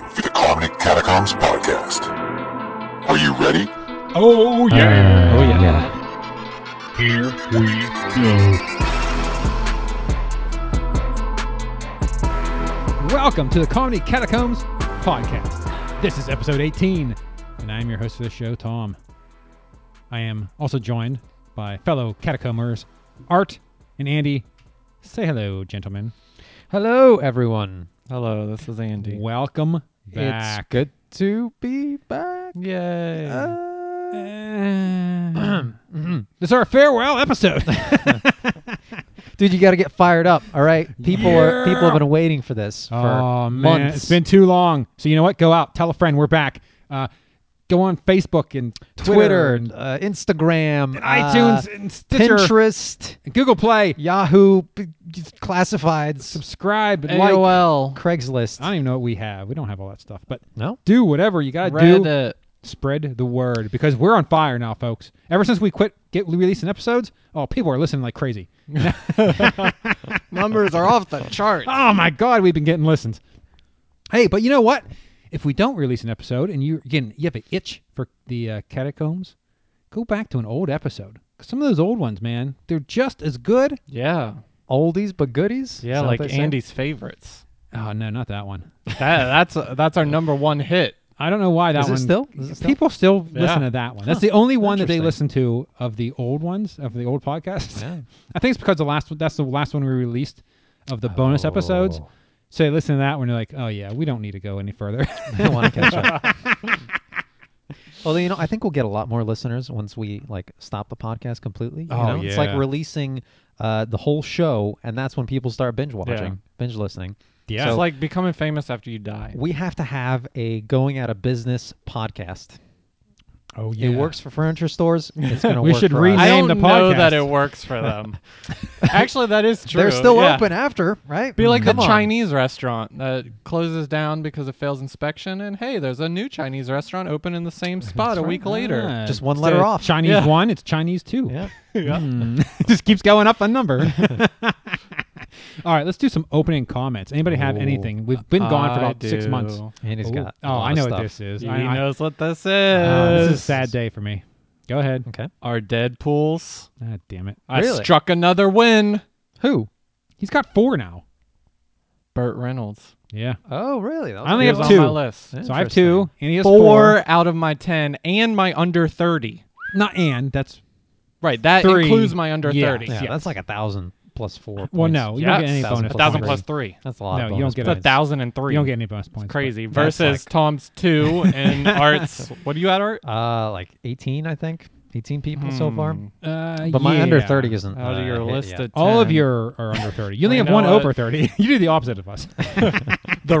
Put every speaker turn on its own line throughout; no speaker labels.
the Catacombs Podcast. Are you ready?
Oh yeah.
Oh yeah. yeah.
Here we
Welcome to the Comedy Catacombs podcast. This is episode 18, and I am your host for the show, Tom. I am also joined by fellow catacombers, Art and Andy. Say hello, gentlemen.
Hello, everyone. Hello, this is Andy.
Welcome
It's
back.
good to be back.
Yay.
Uh,
this is our farewell episode.
Dude, you got to get fired up. All right, people are people
Yeah.
have been waiting for this for
oh, man.
months.
It's been too long. So, you know what? Go out, tell a friend we're back. Uh, go on Facebook and Twitter,
Twitter,
and,
uh, Instagram,
and
uh,
iTunes and Stitcher,
Pinterest,
and Google Play.
Yahoo, b- classifieds,
Subscribe and like.
AOL, Craigslist.
I don't even know what we have. We don't have all that stuff, but
no,
do whatever you got to do.
Reddit.
Spread the word because we're on fire now, folks. Ever since we quit get releasing episodes, oh, people are listening like crazy.
numbers are off the chart.
Oh my God, we've been getting listens. Hey, but you know what? If we don't release an episode and you again you have an itch for the uh, catacombs, go back to an old episode. 'Cause Some of those old ones, man, they're just as good.
Yeah.
Oldies but goodies.
Yeah,
Is that what
like
they say?
Andy's favorites.
Oh no, not that one.
That that's that's our number one hit.
I don't know why that
Is it
one
still? Is it still?
people still listen
Yeah.
to that one. That's the only one that they
Interesting.
listen to of the old ones of the old podcasts. I think it's because the last one that's the last one we released of the bonus episodes.
Oh.
So they listen to that one, they're like, oh yeah, we don't need to go any further.
I want to catch up. Although you know, I think we'll get a lot more listeners once we like stop the podcast completely. You
Oh,
know? It's like
yeah.
releasing uh, the whole show, and that's when people start binge watching, binge listening.
yeah,
It's like becoming famous after you die.
We have to have a going out of business podcast.
oh yeah,
It works for furniture stores. It's gonna
We
work
should
for
rename-
us.
I
Name
don't
the
know that
podcast.
it works for them. Actually, that is true.
They're still
yeah.
open after, right?
Be like
Come
the
on.
Chinese restaurant that closes down because it fails inspection, and hey, there's a new Chinese restaurant open in the same spot a week later.
Just one letter off.
Chinese
Yeah.
one, it's Chinese two.
Yeah.
Hmm. Just keeps going up a number. All right, let's do some opening comments. Anybody have
Ooh.
anything? We've been gone for
I
about six
do.
months.
Andy's
Ooh.
got. a
oh,
lot
I
of
know
stuff.
what this is.
He
I, I-
knows what Ah, this is.
uh, this is a sad day for me. Go ahead.
Okay.
Our Deadpool's.
Ah, damn it.
I
Really?
struck another win.
Who?
He's got four now.
Burt Reynolds.
Yeah.
Oh, really? That was
I only
He
have
was
two.
on my list.
Yeah.
So I have two, and he has four.
Four out of my ten, and my under thirty.
Not and that's
Right, that
Three.
includes my under
Yeah.
thirty.
Yeah,
Yes.
that's like a thousand plus four. Points.
well, no, you don't get
Yes.
any
Thousand
bonus.
plus
A thousand
points.
plus three.
That's a lot.
No,
of
you don't
bonus
get
It's a
points.
thousand and three.
You don't get any bonus points. but-
crazy
That's
versus Tom's two and Art's. What do you at Art?
Uh, like 18, I think. 18 people so far.
Hmm.
like- uh,
But my under 30
yeah.
isn't.
Out
uh,
of your
hit
list
yet.
of
All of
10.
your are under 30. You only
You
have one
know what?
over 30. You do the opposite of us.
The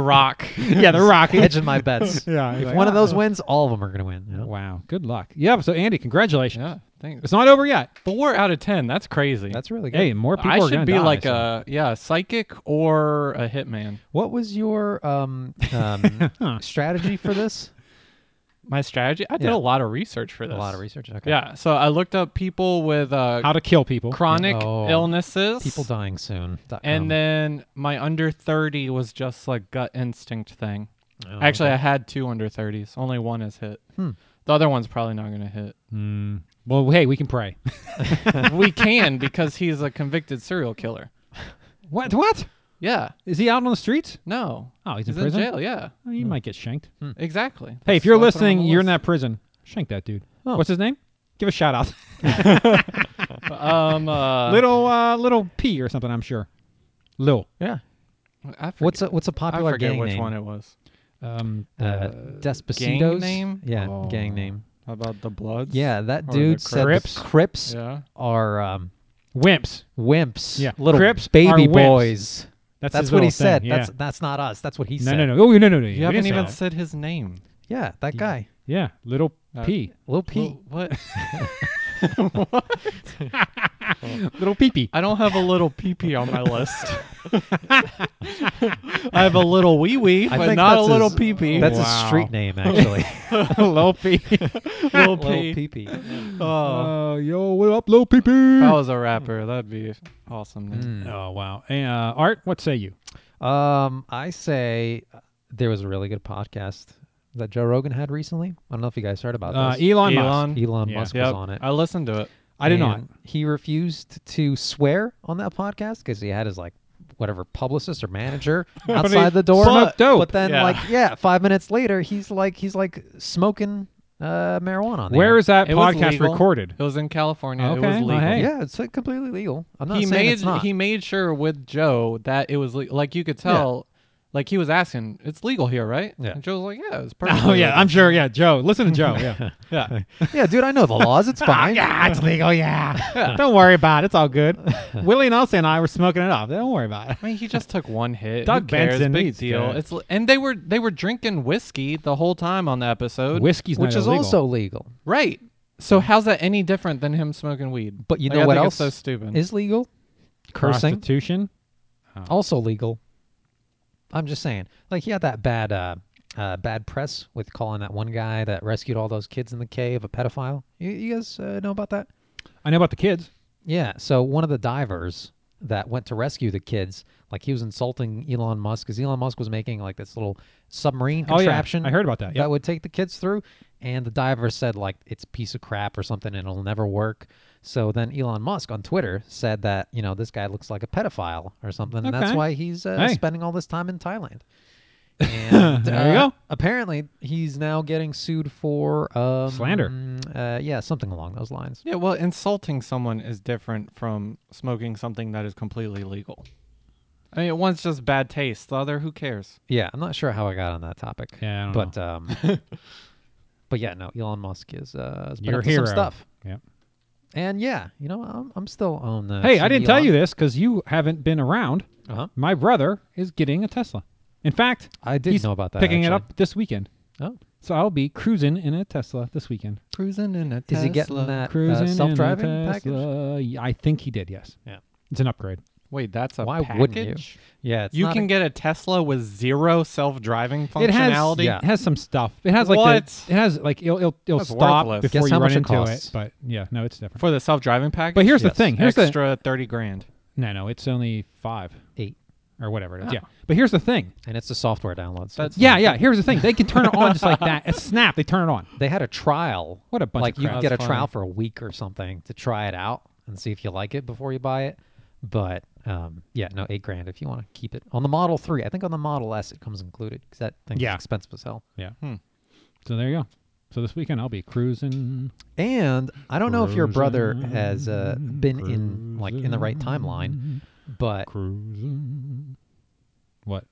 Rock.
yeah, the Rocky.
Hedging my bets.
Yeah,
If
like,
one of
ah.
those wins, all of them are going to win. you know?
Wow. Good luck. Yeah. So, Andy, congratulations.
yeah, thanks.
It's not over yet.
Four out of ten. That's crazy.
That's really good.
Hey, more people
I
are
should
gonna
be
die,
like
so-
a yeah a psychic or a hitman.
What was your um, um,
Huh.
strategy for this?
My strategy. I did
Yeah.
a lot of research for
A
this.
lot of research. Okay.
Yeah, so I looked up people with uh,
how to kill people.
chronic
Oh.
illnesses.
People dying soon. dot
And
com.
then my under 30 was just like gut instinct thing.
Oh,
Actually, I had two under 30s. Only one has hit.
Hmm.
The other one's probably not going to hit.
Mm. Well, hey, we can pray.
we can because he's a convicted serial killer.
what? What?
Yeah.
Is he out on the streets?
No.
Oh, he's,
He's
in
in
prison.
jail. Yeah.
Oh, he might get shanked.
Exactly.
Hey,
That's-
if you're
that's what I'm
listening,
on the
you're in
list.
that prison. Shank that dude.
Oh.
What's his name? Give a shout out.
Um, uh,
little uh, little P or something. I'm sure. Lil.
yeah.
I forget,
What's a what's a
I
popular
forget
gang
which
name?
one it was.
Um,
Uh, Despacito's
name?
Yeah, gang
Oh.
name.
How about the Bloods?
Yeah, that
Or the
dude said
Crips?
the Crips
Yeah.
are um,
wimps.
wimps.
Yeah.
little
Crips are
baby
wimps.
boys.
That's,
That's
his
what
little
he said.
thing,
That's
yeah.
that's not us. That's what he
no,
said.
no, no. Oh, no, no, no.
You
we
haven't
didn't say
even
that.
said his name.
Yeah, that guy,
Yeah, little
Uh,
P.
Lil Pete.
Well, What?
little peepee.
I don't have a little pee pee on my list. I have a little wee wee,
I
but
think
not a
that's
little
his-
pee pee.
That's his
Wow.
street name, actually.
little P.
Lil
little pee.
Peepee.
Oh,
Uh, yo, what up, little peepee?
if I was a rapper, that'd be awesome. name.
Mm,
Oh wow. Uh, Art, what say you?
Um, I say uh, there was a really good podcast that Joe Rogan had recently. I don't know if you guys heard about
Uh,
this.
Elon, Musk.
Elon.
Elon Musk
Yep.
was on it.
I listened to it.
I did not.
and He refused to swear on that podcast because he had his like whatever publicist or manager
he
outside the door.
smoked dope.
But then
Yeah.
like yeah, five minutes later, he's like he's like smoking uh, marijuana. On the
Where
air.
is that
It was
podcast
legal.
recorded?
It was in California. It
Okay,
was
well,
legal.
hey.
yeah, it's like, completely legal. I'm not
he
saying
made
it's not.
he made sure with Joe that it was le- like you could tell, like he was asking, "It's legal here, right?"
Yeah.
And Joe was like, "Yeah, it's perfect."
Oh yeah, I'm sure. Yeah, Joe. Listen to Joe. Yeah, yeah.
yeah, dude, I know the laws.
Ah,
It's fine.
yeah, it's legal. Yeah, don't worry about it. It's all good. Willie Nelson and I were smoking it off. Don't worry about it.
I mean, he just took one hit.
Doug
Who cares?
Benson
big
needs
deal.
to-
It's li- and they were they were drinking whiskey the whole time on the episode.
Whiskey's
Which
not
is
illegal.
also legal.
right. So how's that any different than him smoking weed?
But you
Like,
know
I
what
think
else
It's so
Mm.
stupid.
is legal? Cursing.
prostitution.
also legal. I'm just saying, like he had that bad, uh, uh, bad press with calling that one guy that rescued all those kids in the cave a pedophile. You, you guys uh, know about that?
I know about the kids.
Yeah. So one of the divers that went to rescue the kids, like he was insulting Elon Musk because Elon Musk was making like this little submarine
Oh, yeah.
contraption.
I heard about that, yep.
That would take the kids through, and the diver said like it's a piece of crap or something, and it'll never work. So then Elon Musk on Twitter said that you know this guy looks like a pedophile or something, and that's
Okay.
why he's uh,
Hey.
spending all this time in Thailand. And,
There you
uh,
go.
Apparently, he's now getting sued for um,
Slander.
Uh, yeah, something along those lines.
yeah, well, insulting someone is different from smoking something that is completely legal. I mean, one's just bad taste. The other, who cares?
Yeah, I'm not sure how I got on that topic.
Yeah, I don't
but um, but yeah, no, Elon Musk is uh, has been
Your
up to
hero.
some stuff,
Yeah.
and yeah, you know, I'm, I'm still on the. E
Hey, I
Team
didn't tell
Elon.
you this because you haven't been around.
Uh-huh.
My brother is getting a Tesla. In fact,
I did
he's
know about that.
Picking it
actually.
up this weekend.
Oh,
So I'll be cruising in a Tesla this weekend.
Cruising in a
is he getting that
Cruising
uh,
in a
self-driving package?
Tesla. Y- I think he did. Yes.
Yeah.
It's an upgrade.
Wait, that's a
Why
package?
wouldn't you? Yeah, it's
You
not
can
a-
get a Tesla with zero self-driving functionality.
It has,
yeah.
it has some stuff. It has like
What?
The, it has like it'll it'll, it'll
That's
stop
worthless.
before
Guess
you
how
run
much it
into
costs?
it. But yeah, no, it's different.
for the self-driving package.
But here's
yes.
the thing. Here's
extra thirty grand.
the no, no. It's only five
eight,
or whatever it is.
Oh.
Yeah. But here's the thing.
and it's the software download. So
That's-
it's-
Yeah, yeah. Here's the thing. They can turn it on just like that. A snap. They turn it on.
they had a trial.
What a bunch
like
of
you
crap.
could get a
That's
trial
funny.
for a week or something to try it out and see if you like it before you buy it. But um, yeah, no, eight grand if you want to keep it on the Model Three. I think on the Model S it comes included because that thing's
Yeah.
expensive as hell.
Yeah.
Hmm.
So there you go. So this weekend I'll be cruising.
And I don't know if your brother has uh, been in like in the right timeline, but
Cruising. What?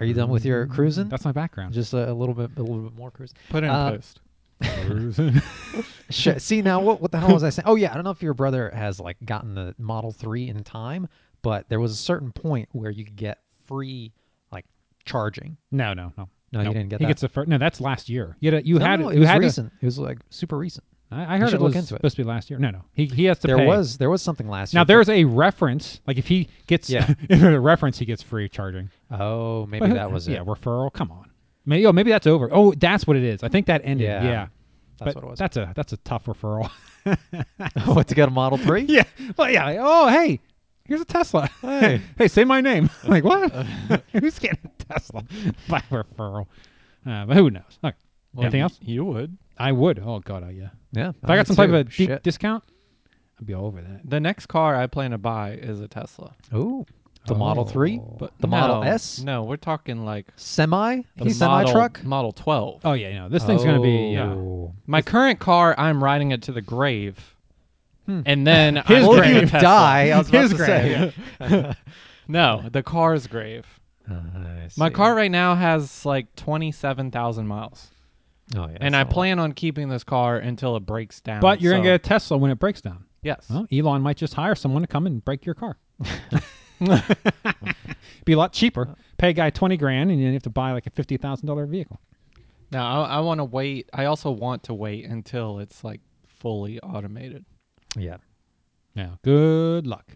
are you done with your cruising?
That's my background.
Just a, a little bit, a little bit more cruising.
Put it in
Uh,
post.
cruising.
Shit. See now, what what the hell was I saying? Oh yeah, I don't know if your brother has like gotten the Model Three in time, but there was a certain point where you could get free like charging.
no, no, no.
No, you
Nope.
didn't get
he
that?
gets the first. No, that's last year. You had a, you
No,
had
no,
a-
it
you
was
had a-
recent. it was like super recent.
I I heard
should
it
look
was
into it.
supposed to be last year. No, no. He he has to
There
pay.
was there was something last year.
Now
for-
there is a reference. Like if he gets
Yeah.
if there's a reference, he gets free charging.
oh maybe
But who-
that was
yeah
it.
referral. Come on. Maybe oh maybe that's over. Oh, that's what it is. I think that ended.
Yeah.
Yeah.
That's
But
what it was.
That's a that's a tough referral.
what to get a Model Three?
yeah. Well, yeah. like, oh, hey, here's a Tesla. Hey, hey, say my name. I'm like what? Who's getting a Tesla by referral? Uh, but who knows? Okay. Anything else?
You would.
I would. Oh God, oh, yeah.
Yeah,
If I
me
got some type
too.
of deep
Shit.
discount, I'd be all over that.
The next car I plan to buy is a Tesla.
Ooh, the Model Three,
Oh.
But
the Model
no,
S?
No, we're talking like
semi, the
the
semi
model-
truck.
Model 12.
Oh yeah, no. This thing's gonna be. yeah.
Oh.
My current car, I'm riding it to the grave. And then
Hmm. His
I'm
Well,
getting
grave.
a
you
Tesla.
die. I was about
His
to
grave.
say.
No, the car's grave.
I
My
see.
car right now has like 27,000 miles.
Oh, yeah,
and
that's
I
a lot.
plan on keeping this car until it breaks down.
But you're
so-
gonna get a Tesla when it breaks down.
Yes.
Well, Elon might just hire someone to come and break your car. be a lot cheaper. Pay a guy twenty grand, and then you have to buy like a fifty thousand dollar vehicle.
Now, I, I want to wait. I also want to wait until it's like fully automated.
Yeah.
Now, good luck.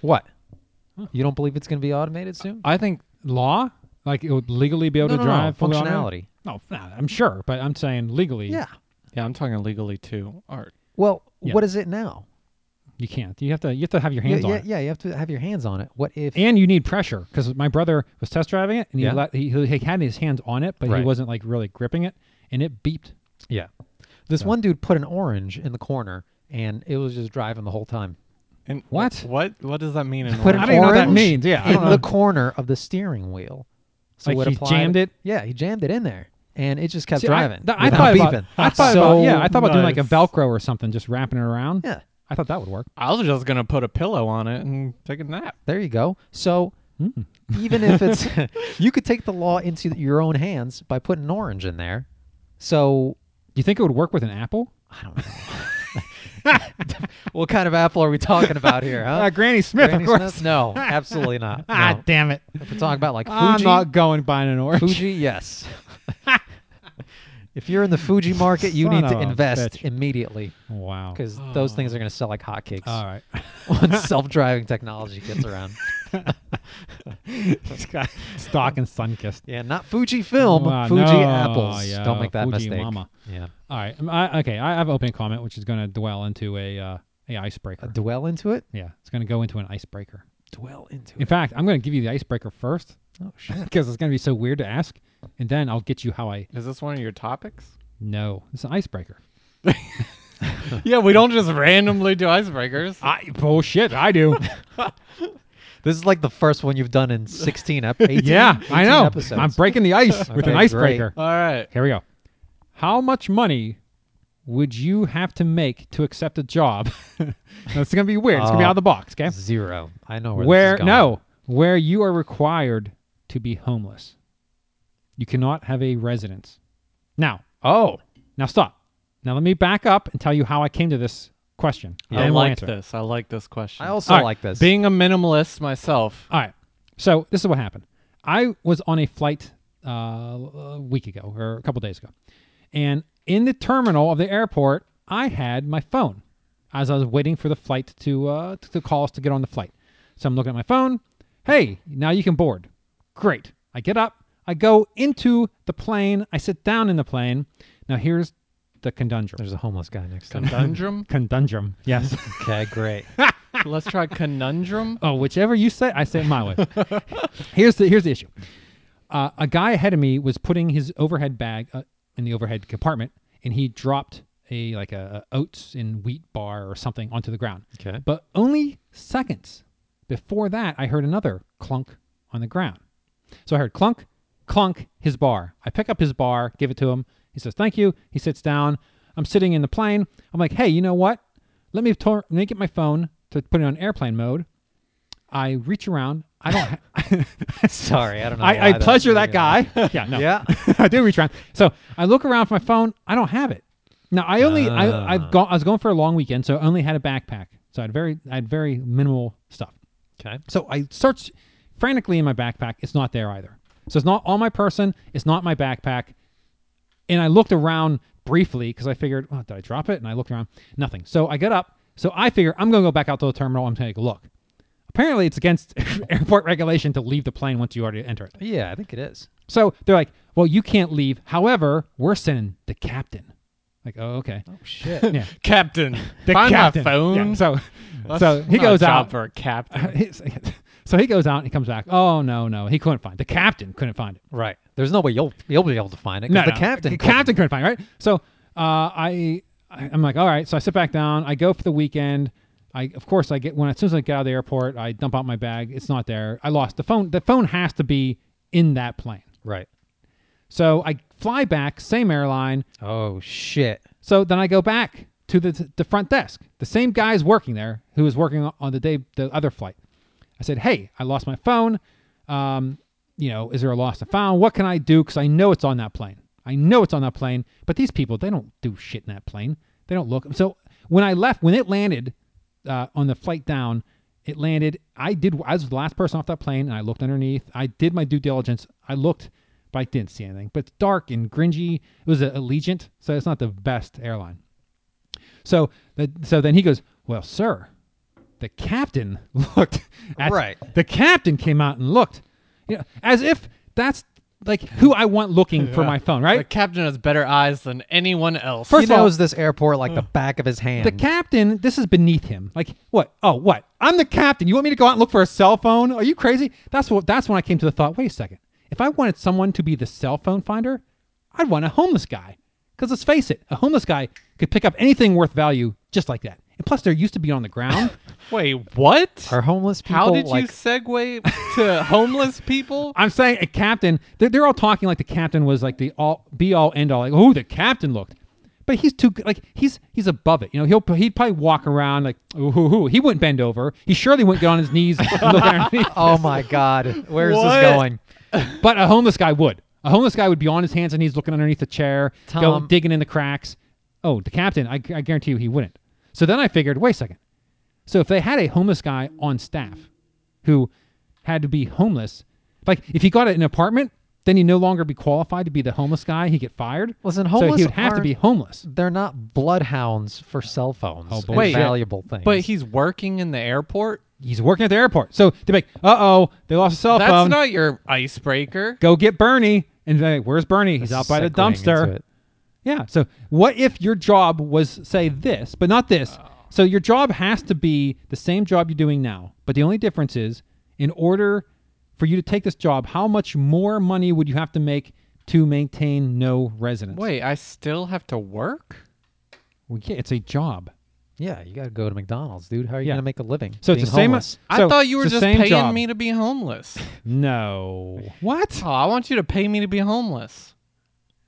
What? You don't believe it's going to be automated soon?
I think
Law, like it would legally be able
No,
to
no, no,
drive fully
functionality.
automatic? No, no, I'm sure, but I'm saying legally.
Yeah.
Yeah, I'm talking legally too, Art.
Well,
Yeah.
what is it now?
You can't. You have to. You have to have your
Yeah,
hands on
yeah,
it.
yeah, you have to have your hands on it. What if
And you need pressure because my brother was test driving it and he,
Yeah.
let, he he had his hands on it, but he
Right.
wasn't like really gripping it, and it beeped.
Yeah. This one dude put an orange in the corner and it was just driving the whole time.
And
What?
What? What does that mean? In
Put
Orange?
I
an
didn't know what that
orange
means. Yeah, I
in
don't know.
the corner of the steering wheel. So
Like
it
he
applied-
jammed it?
Yeah, he jammed it in there, and it just kept
See, I-
driving.
th- I,
without
thought
beeping.
about, I thought
so
about yeah, I thought about doing like a
nuts.
Velcro or something, just wrapping it around.
yeah,
I thought that would work.
I was just gonna put a pillow on it and take a nap.
there you go. So
Hmm.
even if it's, you could take the law into your own hands by putting an orange in there. So
Do you think it would work with an apple?
I don't know. what kind of apple are we talking about here, huh?
Uh, Granny Smith,
Granny Smith? No, absolutely not.
Ah,
No.
damn it!
If we're talking about like Fuji,
I'm not going buying an orange.
Fuji, yes. if you're in the Fuji market, you
Son
need to
of a
invest
bitch.
immediately
Wow.
because those things are going to sell like hotcakes
All right.
once self-driving technology gets around.
Stock and Sunkist.
Yeah, not Fuji film,
Wow,
Fuji
Ah, no,
apples.
yeah,
Don't make that
Fuji
mistake.
mama.
Yeah,
All right. Um, I, okay. I have opening comment, which is going to dwell into a uh, a icebreaker.
dwell into it.
yeah, it's going to go into an icebreaker.
Dwell into
In fact, I'm going to give you the icebreaker first
Oh shit.
because it's going to be so weird to ask, and then I'll get you how I
Is this one of your topics?
know. It's an icebreaker.
yeah, we don't just randomly do icebreakers.
I bullshit. I do.
This is like the first one you've done in 16 ep- 18,
yeah,
18
I know.
Episodes.
I'm breaking the ice with
Okay,
an
great.
icebreaker.
All right.
Here we go. How much money would you have to make to accept a job? That's going to be weird. It's going to be
Uh,
out of the box. Okay.
zero. I know where.
where
this is going.
no where you are required to be homeless you cannot have a residence now oh now stop now let me back up and tell you how i came to this question
I
Then we'll
like
answer.
this. I like this question.
I also
All right,
like this.
being a minimalist myself.
all right so this is what happened i was on a flight uh, a week ago or a couple days ago and in the terminal of the airport i had my phone as i was waiting for the flight to uh, to, to call us to get on the flight so i'm looking at my phone hey now you can board great i get up i go into the plane i sit down in the plane now here's the conundrum
There's a homeless guy next to me.
Conundrum.
conundrum yes
Okay, great.
Let's try conundrum.
Oh, whichever you say, I say it my way. here's the here's the issue. Uh, a guy ahead of me was putting his overhead bag uh, in the overhead compartment, and he dropped a like a, a oats and wheat bar or something onto the ground.
Okay.
But only seconds before that, I heard another clunk on the ground. So I heard clunk, clunk, his bar. I pick up his bar, give it to him. He says, thank you. He sits down. I'm sitting in the plane. I'm like, hey, you know what? Let me, tor- let me get my phone to put it on airplane mode. I reach around. I don't. Ha-
Sorry, I don't know. why
I, I
that-
pleasure
yeah.
that guy. Yeah, no.
Yeah.
I do reach around. So I look around for my phone. I don't have it. Now I only I, I've gone. I was going for a long weekend, so I only had a backpack. So I had very I had very minimal stuff.
Okay.
So I searched frantically in my backpack. It's not there either. So it's not on my person. It's not my backpack. And I looked around briefly because I figured, oh, did I drop it? And I looked around, nothing. So I got up. So I figure I'm going to go back out to the terminal. I'm going to take a look. Apparently, it's against airport regulation to leave the plane once you already enter it.
Yeah, I think it is.
So they're like, well, you can't leave. However, we're sending the captain. Like, oh, okay.
Oh shit.
Yeah.
Captain.
The
find
captain.
my phone.
Yeah, so
That's
so he
not a
goes
job
out.
for a captain.
He's- so he goes out and he comes back. Oh no, no, he couldn't find it. the captain. Couldn't find it.
Right. There's no way you'll you'll be able to find it. 'cause
No,
the
no,
captain.
the
couldn't.
captain couldn't find it. Right. So uh, I, I- I'm like, all right. So I sit back down. I go for the weekend. I of course I get when as soon as I get out of the airport, I dump out my bag. It's not there. I lost the phone. The phone has to be in that plane.
Right.
So I fly back, same airline.
Oh shit.
So then I go back to the the front desk. The same guy's working there who was working on the day the other flight. I said, "Hey, I lost my phone. Um, you know, is there a lost and found? What can I do? Because I know it's on that plane. I know it's on that plane. But these people, they don't do shit in that plane. They don't look. So when I left, when it landed uh, on the flight down, it landed. I did. I was the last person off that plane, and I looked underneath. I did my due diligence. I looked, but I didn't see anything. But it's dark and gringy. It was a Allegiant, so it's not the best airline. So that so then he goes, well, sir, the captain looked at
Right.
the captain came out and looked you know, as if that's like who I want looking for my phone, right?
The captain has better eyes than anyone else.
First
he
of all-
knows this airport like the back of his hand.
the captain, this is beneath him. Like, what? Oh, what? I'm the captain. You want me to go out and look for a cell phone? Are you crazy? That's what that's when I came to the thought, wait a second. If I wanted someone to be the cell phone finder, I'd want a homeless guy. Because let's face it, a homeless guy could pick up anything worth value just like that. And plus they're used to being on the ground.
Wait, what?
Are homeless people
How did
like,
you segue to homeless people?
I'm saying a captain. They're, they're all talking like the captain was like the all be all end all. Like, oh, the captain looked, but he's too good. Like he's he's above it. You know, he'll he'd probably walk around like, ooh, hoo, hoo. he wouldn't bend over. He surely wouldn't get on his knees. and look underneath.
Oh my God, where is
What?
this going?
But a homeless guy would. A homeless guy would be on his hands and knees looking underneath the chair, go
Tom.
digging in the cracks. Oh, the captain, I, I guarantee you he wouldn't. So then I figured, wait a second. So if they had a homeless guy on staff who had to be homeless, like if he got an apartment, then he'd no longer be qualified to be the homeless guy. He'd get fired.
Listen,
so
homeless
he would have to be
aren't-
homeless.
They're not bloodhounds for cell phones.
Oh,
and
bullshit.
valuable things.
But he's working in the airport.
He's working at the airport. So they're like, uh oh, they lost a cell
That's
phone.
not your icebreaker.
go get Bernie. And they're like, where's Bernie? He's out by the
Segueing into
dumpster.
it.
Yeah. So what if your job was say this, but not this? So your job has to be the same job you're doing now, but the only difference is in order for you to take this job, how much more money would you have to make to maintain no residence?
Wait, I still have to work?
Well, yeah, it's a job.
Yeah, you got to go to McDonald's, dude. How are you
Yeah.
gonna make a living?
So it's
being
the same.
homeless?
I
so
thought you were
it's the
just
same
paying
job.
me to be homeless.
No. What?
Oh, I want you to pay me to be homeless.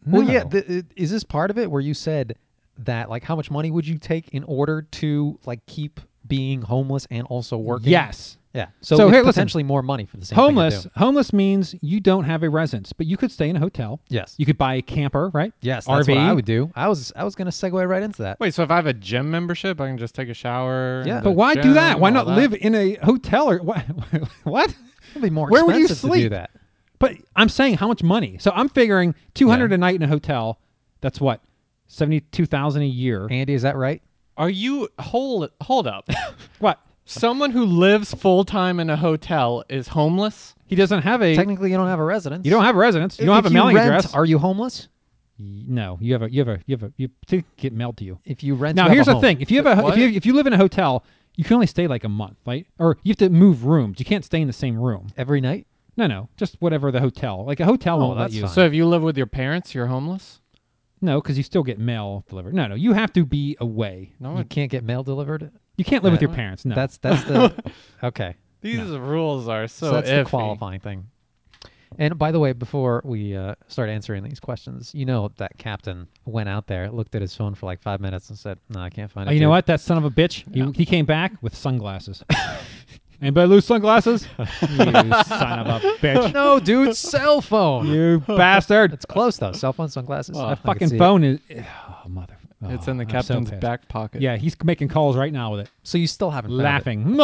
Well, yeah.
No.
Th- it- is this part of it where you said that like how much money would you take in order to like keep being homeless and also working?
Yes.
Yeah. So,
So
it's
here, listen.
potentially more money for the same thing to
Homeless.
do.
Homeless means you don't have a residence, but you could stay in a hotel.
Yes.
You could buy a camper, right?
yes.
RV.
That's what I would do. I was I was gonna segue right into that.
Wait, so if I have a gym membership, I can just take a shower. in
Yeah.
the
But why do
gym,
that? Why
all
not
that?
live in a hotel or what? what?
It'd be more
Where would you
expensive to do
sleep?
that.
But I'm saying how much money. So I'm figuring 200 a night in a hotel. That's what 72,000 a year.
Andy, is that right?
Are you hold hold up?
what?
Someone who lives full time in a hotel is homeless.
He doesn't have a
Technically, you don't have a residence.
you don't have a residence. You don't
If
have a mailing
rent,
address.
Are you homeless?
Y- no, you have a you have a you have a you to get mailed to you.
If you rent,
Now
you have
here's
a
the
home.
thing. If you have a ho- if
What?
you, if you live in a hotel, you can only stay like a month, right? Or you have to move rooms. You can't stay in the same room.
Every night.
No, no, just whatever the hotel. Like a hotel
Oh,
won't let
Oh, that's
Oh, you.
fine.
So if you live with your parents, you're homeless.
No, because you still get mail delivered. No, no, you have to be away.
No,
You
one,
can't get mail delivered.
You can't live with your
Right.
parents. No,
That's that's the okay.
these rules are so.
So, that's
iffy.
the qualifying thing. And by the way, before we uh, start answering these questions, you know that captain went out there, looked at his phone for like five minutes, and said, "No, I can't find
Oh,
it."
you know
dude."
what? That son of a bitch. He, he came back with sunglasses. Anybody lose sunglasses? you son of a bitch.
No, dude, cell phone.
You bastard.
It's close though. Cell phone, sunglasses. I can
that
see
fucking
it.
phone is. Oh, mother.
It's
oh,
in the
I'm so
captain's
pissed.
back pocket.
Yeah, he's making calls right now with it,
So you still haven't found it.
laughing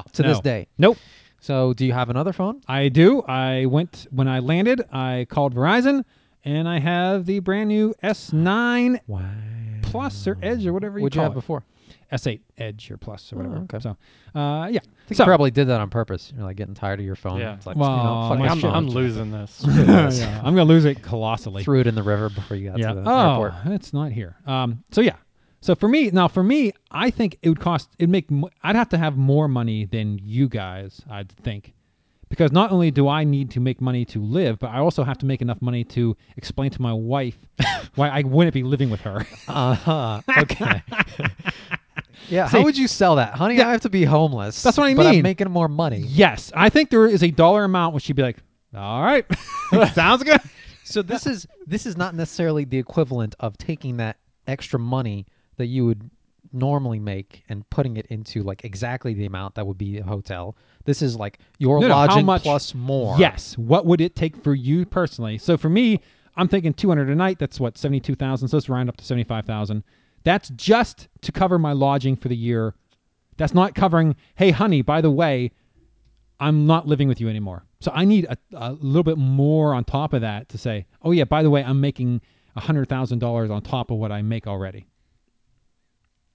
To this day.
Nope.
So do you have another phone?
I do. I went when I landed. I called Verizon, and I have the brand new S9
Wow.
Plus or Edge or whatever you
What'd you
call
have
it.
before?
S8 Edge or Plus or whatever.
Oh, okay.
So, uh, yeah.
I think
So-
you probably did that on purpose. You're like getting tired of your phone.
Yeah.
It's like, you
Well,
know, fuck
like,
this
I'm,
phone.
I'm losing this.
Yeah, I'm gonna lose it colossally.
Threw it in the river before you got
yeah.
to the
oh,
airport.
it's not here. Um. So yeah. So for me now, for me, I think it would cost. It'd make. mo- I'd have to have more money than you guys. I'd think, because not only do I need to make money to live, but I also have to make enough money to explain to my wife why I wouldn't be living with her.
Uh huh. Okay. yeah.
Uh-huh. See-
how would you sell that, honey?
Yeah.
I have to be homeless.
That's what I
But
mean.
I'm making more money.
yes, I think there is a dollar amount which she'd be like, "All right, sounds good."
So this is this is not necessarily the equivalent of taking that extra money that you would normally make and putting it into like exactly the amount that would be a hotel. This is like your
No, no, how
lodging
much-
plus more.
Yes. What would it take for you personally? So for me, I'm thinking 200 a night. That's what 72,000. So let's round up to 75,000. That's just to cover my lodging for the year. That's not covering. Hey, honey, by the way, I'm not living with you anymore. So I need a, a little bit more on top of that to say, oh yeah, by the way, I'm making hundred thousand dollars on top of what I make already.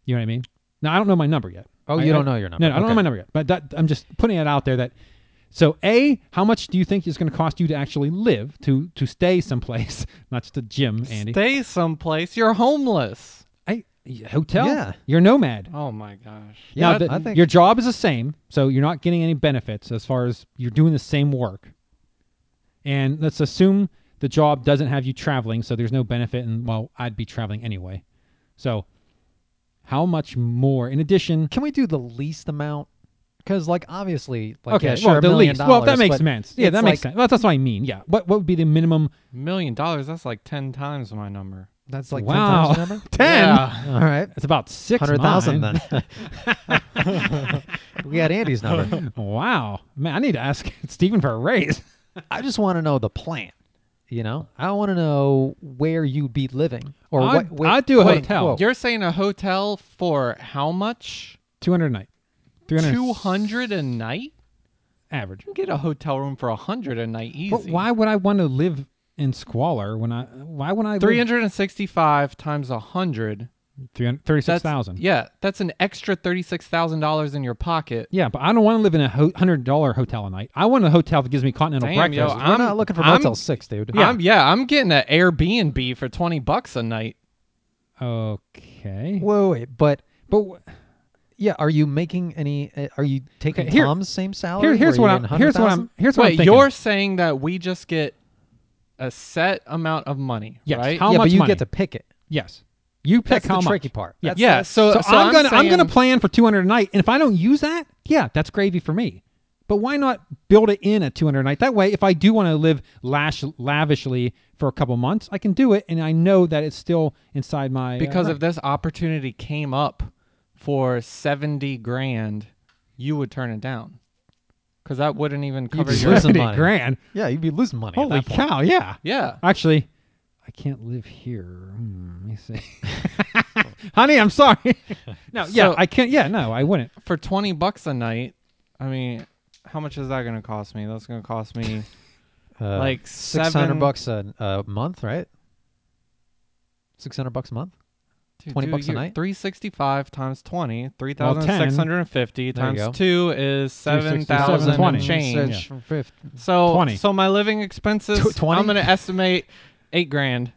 You know what I mean? Now I don't know my number yet.
Oh,
I-
you
I-
don't know your number.
No, no, I don't know
Okay.
my number yet. But that I'm just putting it out there that So A, how much do you think it's going to cost you to actually live to to stay someplace, not just a gym, Andy?
Stay someplace. You're homeless.
I, hotel.
Yeah.
You're nomad.
Oh my gosh.
Yeah,
Yeah,
the,
I think-
your job is the same, so you're not getting any benefits as far as you're doing the same work. And let's assume the job doesn't have you traveling, so there's no benefit. And well, I'd be traveling anyway. So, how much more? In addition,
Can we do the least amount? Because like obviously, like
okay,
yeah, sure,
well,
a
the
million
least. well, that
dollars,
makes
but
sense. Yeah,
it's
that makes
like-
sense. Well, that's what I mean. Yeah, what what would be the minimum?
Million dollars, that's like ten times my number.
That's like
wow,
10,000 number.
ten.
Yeah.
All right,
That's about six
hundred thousand
mine.
then. we got Andy's number.
Wow, man, I need to ask Stephen for a raise.
I just want to know the plan. You know, I want to know where you'd be living or
I'd-
what. where-
I'd do a
quote,
hotel.
unquote.
You're saying a hotel for how much?
Two hundred a night, three hundred
Two hundred a night?
average.
You can get a hotel room for a hundred a night easy.
But why would I want to live in squalor when I? Why would I? live-
Three hundred and sixty-five times a hundred.
300
That's
36,000.
Yeah, that's an extra thirty-six thousand dollars in your pocket.
Yeah, but I don't want to live in a ho- hundred dollar hotel a night. I want a hotel that gives me continental
Damn,
breakfast.
yo,
We're
I'm
not looking for
I'm-
Motel Six, dude.
Yeah. I'm, yeah, I'm getting an Airbnb for twenty bucks a night.
okay,
Wait, wait, but
but wh-
yeah, are you making any? uh, Are you taking
Okay, here-
Tom's same salary?
here,
Were
here's
you
what
getting
I'm here's what
100,000?
I'm here's what I'm
Wait,
thinking.
you're saying that we just get a set amount of money,
Yes.
right?
How
yeah,
much
but you
money?
get to pick it.
yes, you pick
That's
how
the
much.
tricky part.
Yeah.
That's-
Yeah,
that's-
so
So, I'm, gonna I'm gonna
saying-
plan for two hundred a night, and if I don't use that, yeah, that's gravy for me. But why not build it in at two hundred a night? That way, if I do want to live lash lavishly for a couple months, I can do it, and I know that it's still inside my uh,
because
right.
if this opportunity came up for 70 grand you would turn it down because that wouldn't even cover
just
your
listen.
70
money.
grand.
yeah, you'd be losing money. at
Holy
that point.
cow! Yeah.
yeah
Actually, I can't live here. Hmm, let me see. Honey, I'm sorry. no, yeah,
So-
I can't. Yeah, no, I wouldn't.
for 20 bucks a night i mean how much is that going to cost me that's going to cost me
Uh,
like
six
seven-
hundred bucks a, a month, right? Six hundred bucks a month.
Dude,
20
do
bucks a
you-
night?
365 times 20
Well,
3650
There you go.
times 2 is 7000
720.
and change
Yeah.
Search for fif-
so
20.
so my living expenses
Tw- 20?
i'm going to estimate 8 grand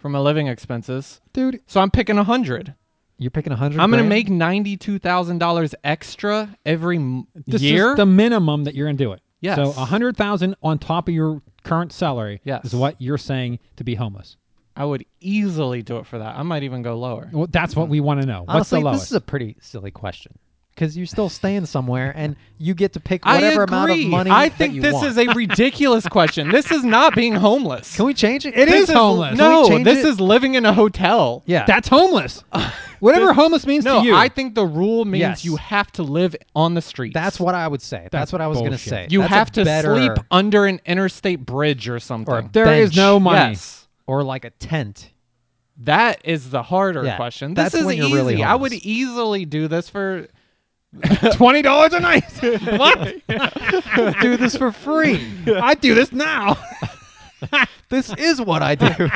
for my living expenses
Dude,
so i'm picking 100
You're picking a hundred.
I'm gonna
grand?
make ninety-two thousand dollars extra every m-
this
year.
is the minimum that you're going to do it.
Yes.
So 100000 on top of your current salary
Yes.
is what you're saying to be homeless.
I would easily do it for that. I might even go lower.
Well, that's what we want to know. What's
Honestly,
the lowest?
this is a pretty silly question because you're still staying somewhere and you get to pick
I
whatever
agree.
amount of money.
I
that
think
you
this
want.
is a ridiculous question. This is not being homeless.
Can we change it?
It
This
is homeless.
can we
No,
change
this
it?
is living in a hotel.
yeah.
That's homeless. Whatever homeless means
No,
to you.
I think the rule means
Yes.
you have to live on the streets.
That's what I would say. That's,
That's
what I was gonna
bullshit.
say.
you
That's a
have to
better,
sleep under an interstate bridge or something.
Or a
There is
bench.
no money.
Yes.
or like a tent.
That is the harder
Yeah,
question. This
that's
is
when you're
easy.
really
I would
homeless.
easily do this for
$20 a night. what?
do this for free.
I do this now.
This is what I do.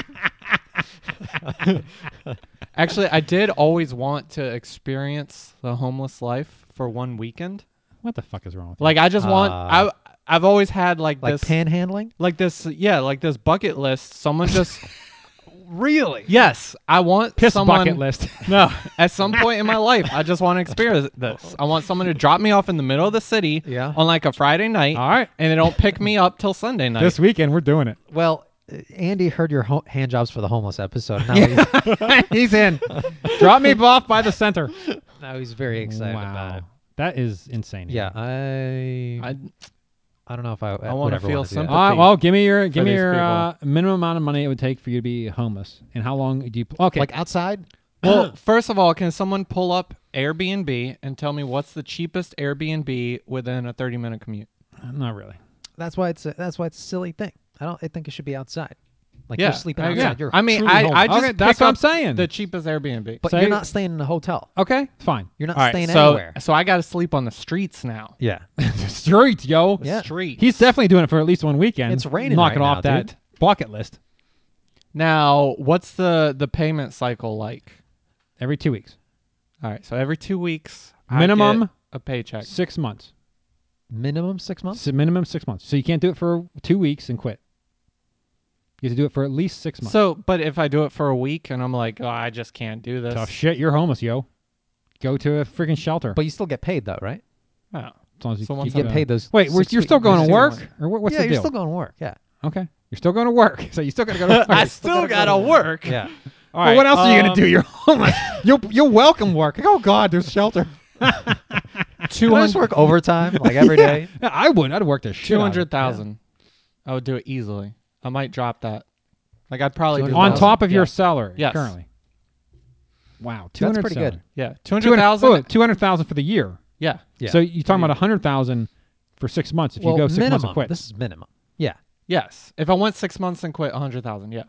Actually, I did always want to experience the homeless life for one weekend.
what the fuck is wrong with you?
Like I just want
Ah.
I I've always had like,
like
this
panhandling.
like this yeah, like this bucket list. Someone just
Really?
Yes, I want
Piss
someone
bucket list.
No, at some point in my life, I just want to experience this. I want someone to drop me off in the middle of the city
Yeah.
on like a Friday night
All right.
and they don't pick me up till Sunday night.
This weekend, we're doing it.
Well, uh, Andy heard your ho- hand jobs for the homeless episode. Now, he's,
He's in. Drop me off by the center.
now he's very excited about it.
That is insane.
Yeah, I
I,
I don't know if I I
wanna
would ever
feel
wanna do that.
something.
All right, well, give me your give me
these
your
people.
uh, minimum amount of money it would take for you to be homeless, and how long do you? Okay,
Like outside?
Well, first of all, can someone pull up Airbnb and tell me what's the cheapest Airbnb within a 30 minute commute?
not really.
That's why it's a, that's why it's a silly thing. I don't I think it should be outside. Like
yeah,
you're sleeping
I,
outside.
agree.
You're
I mean,
truly
I,
homeless.
I just
Okay, that's
pick
what I'm
up
saying.
The cheapest Airbnb.
but
say-
you're not staying in a hotel.
Okay, fine.
You're not
all right,
staying
so
anywhere.
so I got to sleep on the streets now.
Yeah.
Street, yo.
Yeah.
Street.
He's definitely doing it for at least one weekend.
It's raining
Knocking
right
off
now,
that
dude.
bucket list
now, what's the the payment cycle like?
every two weeks,
All right, so every two weeks, I
Minimum
get a paycheck.
six months.
minimum six months.
So minimum six months. So you can't do it for two weeks and quit. You have to do it for at least six months.
So, but if I do it for a week and I'm like, oh, I just can't do this.
Tough shit. You're homeless, yo. Go to a freaking shelter.
But you still get paid though, right?
Oh.
as long as you,
so
keep
once
You
going.
get paid those.
Wait, we're,
six
you're
week-
still going
six
to work,
weeks.
or what, what's
yeah,
the
you're
deal?
still going to work. Yeah.
okay, you're still going to work, so you still got to go to work.
I still gotta work.
Yeah.
All
Well,
right,
what else are you gonna
um,
do? You're homeless. you'll you'll welcome work. Like, oh God, there's shelter.
um,
Can I just work overtime like every day?
Yeah, I would. I'd work the shit
Two
out of it.
hundred thousand. I would do it easily. I might drop that. Like I'd probably do
on
that.
top of
yeah.
your salary
Yes.
currently. Wow, two
That's
hundred
pretty good.
yeah
Two hundred
200,000
thousand. Two hundred thousand for the year.
yeah
Yeah.
So you're talking about hundred thousand for six months if
well,
you go six
minimum.
months and quit.
This is minimum. Yeah.
yes if I went six months and quit hundred thousand yeah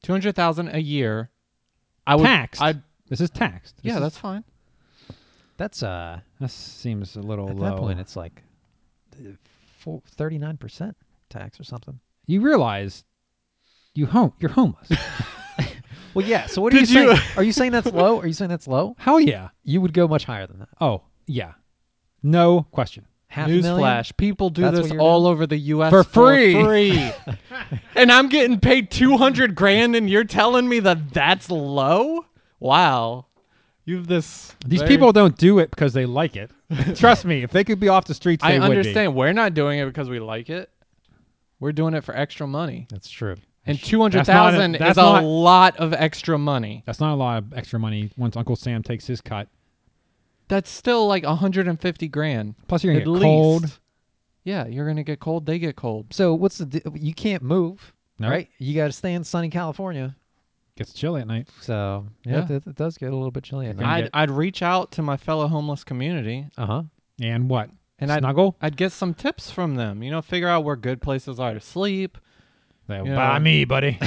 two hundred thousand a year I would
taxed.
I'd,
this is taxed. This
yeah
is-
that's fine
That's uh
that seems a little
at
low.
that point it's like thirty nine percent tax or something.
you realize you home you're homeless.
Well, yeah. So what are you,
Did you-
saying? Are you saying that's low? Are you saying that's low?
Hell yeah.
You would go much higher than that.
Oh yeah. No question.
Half a million?
newsflash people do
That's what
this
you're
all over the U.S.
For free.
free. and I'm getting paid two hundred grand and you're telling me that that's low wow you've this
These
very-
people don't do it because they like it. Trust me, if they could be off the streets,
I
they would be.
understand we're not doing it because we like it we're doing it for extra money
That's true.
And two hundred thousand is
that's
a
not-
lot of extra money.
That's not a lot of extra money once Uncle Sam takes his cut.
That's still like hundred and fifty grand.
Plus, you're gonna
at
get
least.
cold.
Yeah, you're gonna get cold. They get cold.
So what's the? di- You can't move,
No.
right? You got to stay in sunny California.
Gets chilly at night.
So
Yeah.
yeah, It, it does get a little bit chilly at night.
I'd
get-
I'd reach out to my fellow homeless community,
Uh huh.
And what?
and I'd
Snuggle?
I'd get some tips from them. You know, figure out where good places are to sleep.
They
you
buy
know.
me, buddy.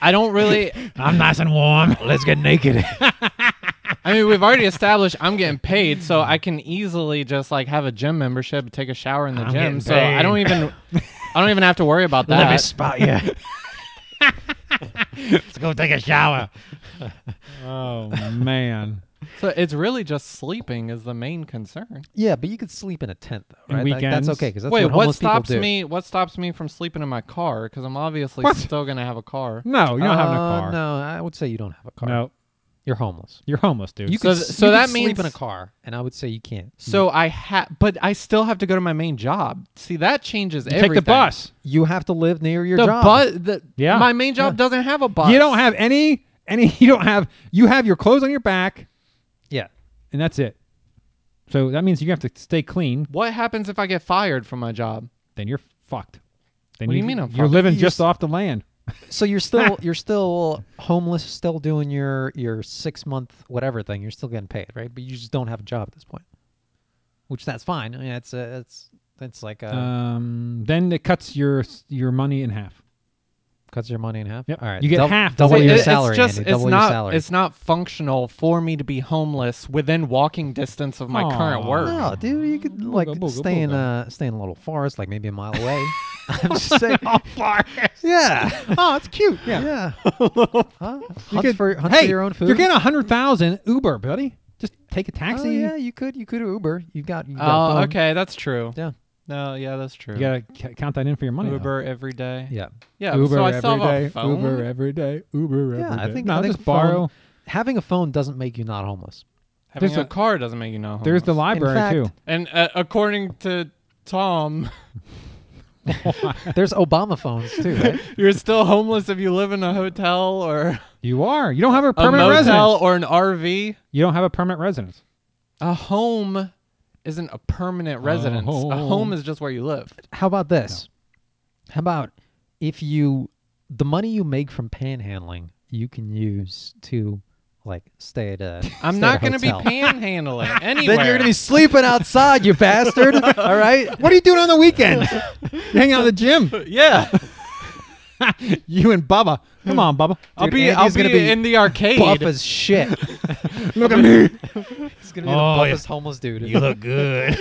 I don't really.
I'm nice and warm. Let's get naked.
I mean, we've already established I'm getting paid, so I can easily just like have a gym membership, take a shower in the
I'm
gym.
getting
So I don't
paid.
even I don't even have to worry about that.
spot you.
Let's go take a shower. oh man.
so it's really just sleeping is the main concern.
yeah, but you could sleep in a tent though,
And
right? Like, that's
weekends.
okay because that's
Wait,
what
what,
homeless people
stops
do.
me? What stops me from sleeping in my car? Because I'm obviously
What? Mm.
still gonna have a car.
No, you don't have a
Uh,
car.
No, I would say you don't have a car.
No,
you're homeless.
you're homeless, dude.
You
So
could,
th-
s-
so
you could
that
sleep in a
means-
car, and I would say you can't.
So I have, but I still have to go to my main job. See, that changes
You
everything.
take the bus.
You have to live near your
The
job.
bus. The,
Yeah.
My main job doesn't have a bus.
You don't have any. Any. You don't have. You have your clothes on your back,
yeah,
and that's it. So that means you have to stay clean.
What happens if I get fired from my job?
Then you're fucked. Then
What do you mean I'm
You're
fucked?
living
You're
just
s-
off the land.
so you're still you're still homeless, still doing your your six month whatever thing. You're still getting paid, right? But you just don't have a job at this point, which that's fine. I mean, it's a, it's it's like uh, a,
Um, then it cuts your your money in half.
cuts your money in half.
Yep.
All right,
You get
Dou-
half the
double
wage.
It-
your
it's
salary.
just-
Andy,
it's
double
not.
your salary.
It's not functional for me to be homeless within walking distance of my
Aw.
current work.
no, dude. You could like
booga,
stay in uh stay in a little forest, like maybe a mile away. I'm just saying. Yeah.
oh, it's cute.
Uh,
Yeah.
Yeah. Huh?
You
Hunt
could-
for hunt
hey,
for your own food.
You're getting a hundred thousand Uber, buddy. Just take a
Oh
taxi.
yeah, you could you could Uber. You got you got a
Oh,
phone.
okay, that's true.
Yeah.
No, yeah, that's true.
um, You gotta c- count that in for your money. though.
Uber every day.
Yeah.
Yeah,
Uber
so I still
every
have
day,
a phone.
Uber every day. Uber
Yeah,
every
I
day.
think
no,
I think
just
a phone-
borrow.
Having a phone doesn't make you not homeless.
Having
There's
a,
a-
car doesn't make you know.
There's the
homeless.
library
fact-
too.
And uh, according to Tom,
There's Obama phones too, right?
you're still homeless if you live in a hotel or
You are. You don't have a
a
permanent
motel
residence.
or an RV.
You don't have a permanent residence.
A home isn't a permanent residence. A home
home.
is just where you live.
How about this? How about if you the money you make from panhandling you can use to like stay at a
I'm
stay
not
going
going
to
to be panhandling anywhere.
Then you're gonna be sleeping outside, you bastard. All right.
What are you doing on the weekends? you hang out at the gym.
yeah.
You and Bubba. Come on, Bubba.
I'll
Dude,
be I'll
Andy's
be,
gonna be
in the arcade.
Buff as shit.
Look at me.
He's gonna be
Oh,
the
yeah.
buffest homeless dude.
look good.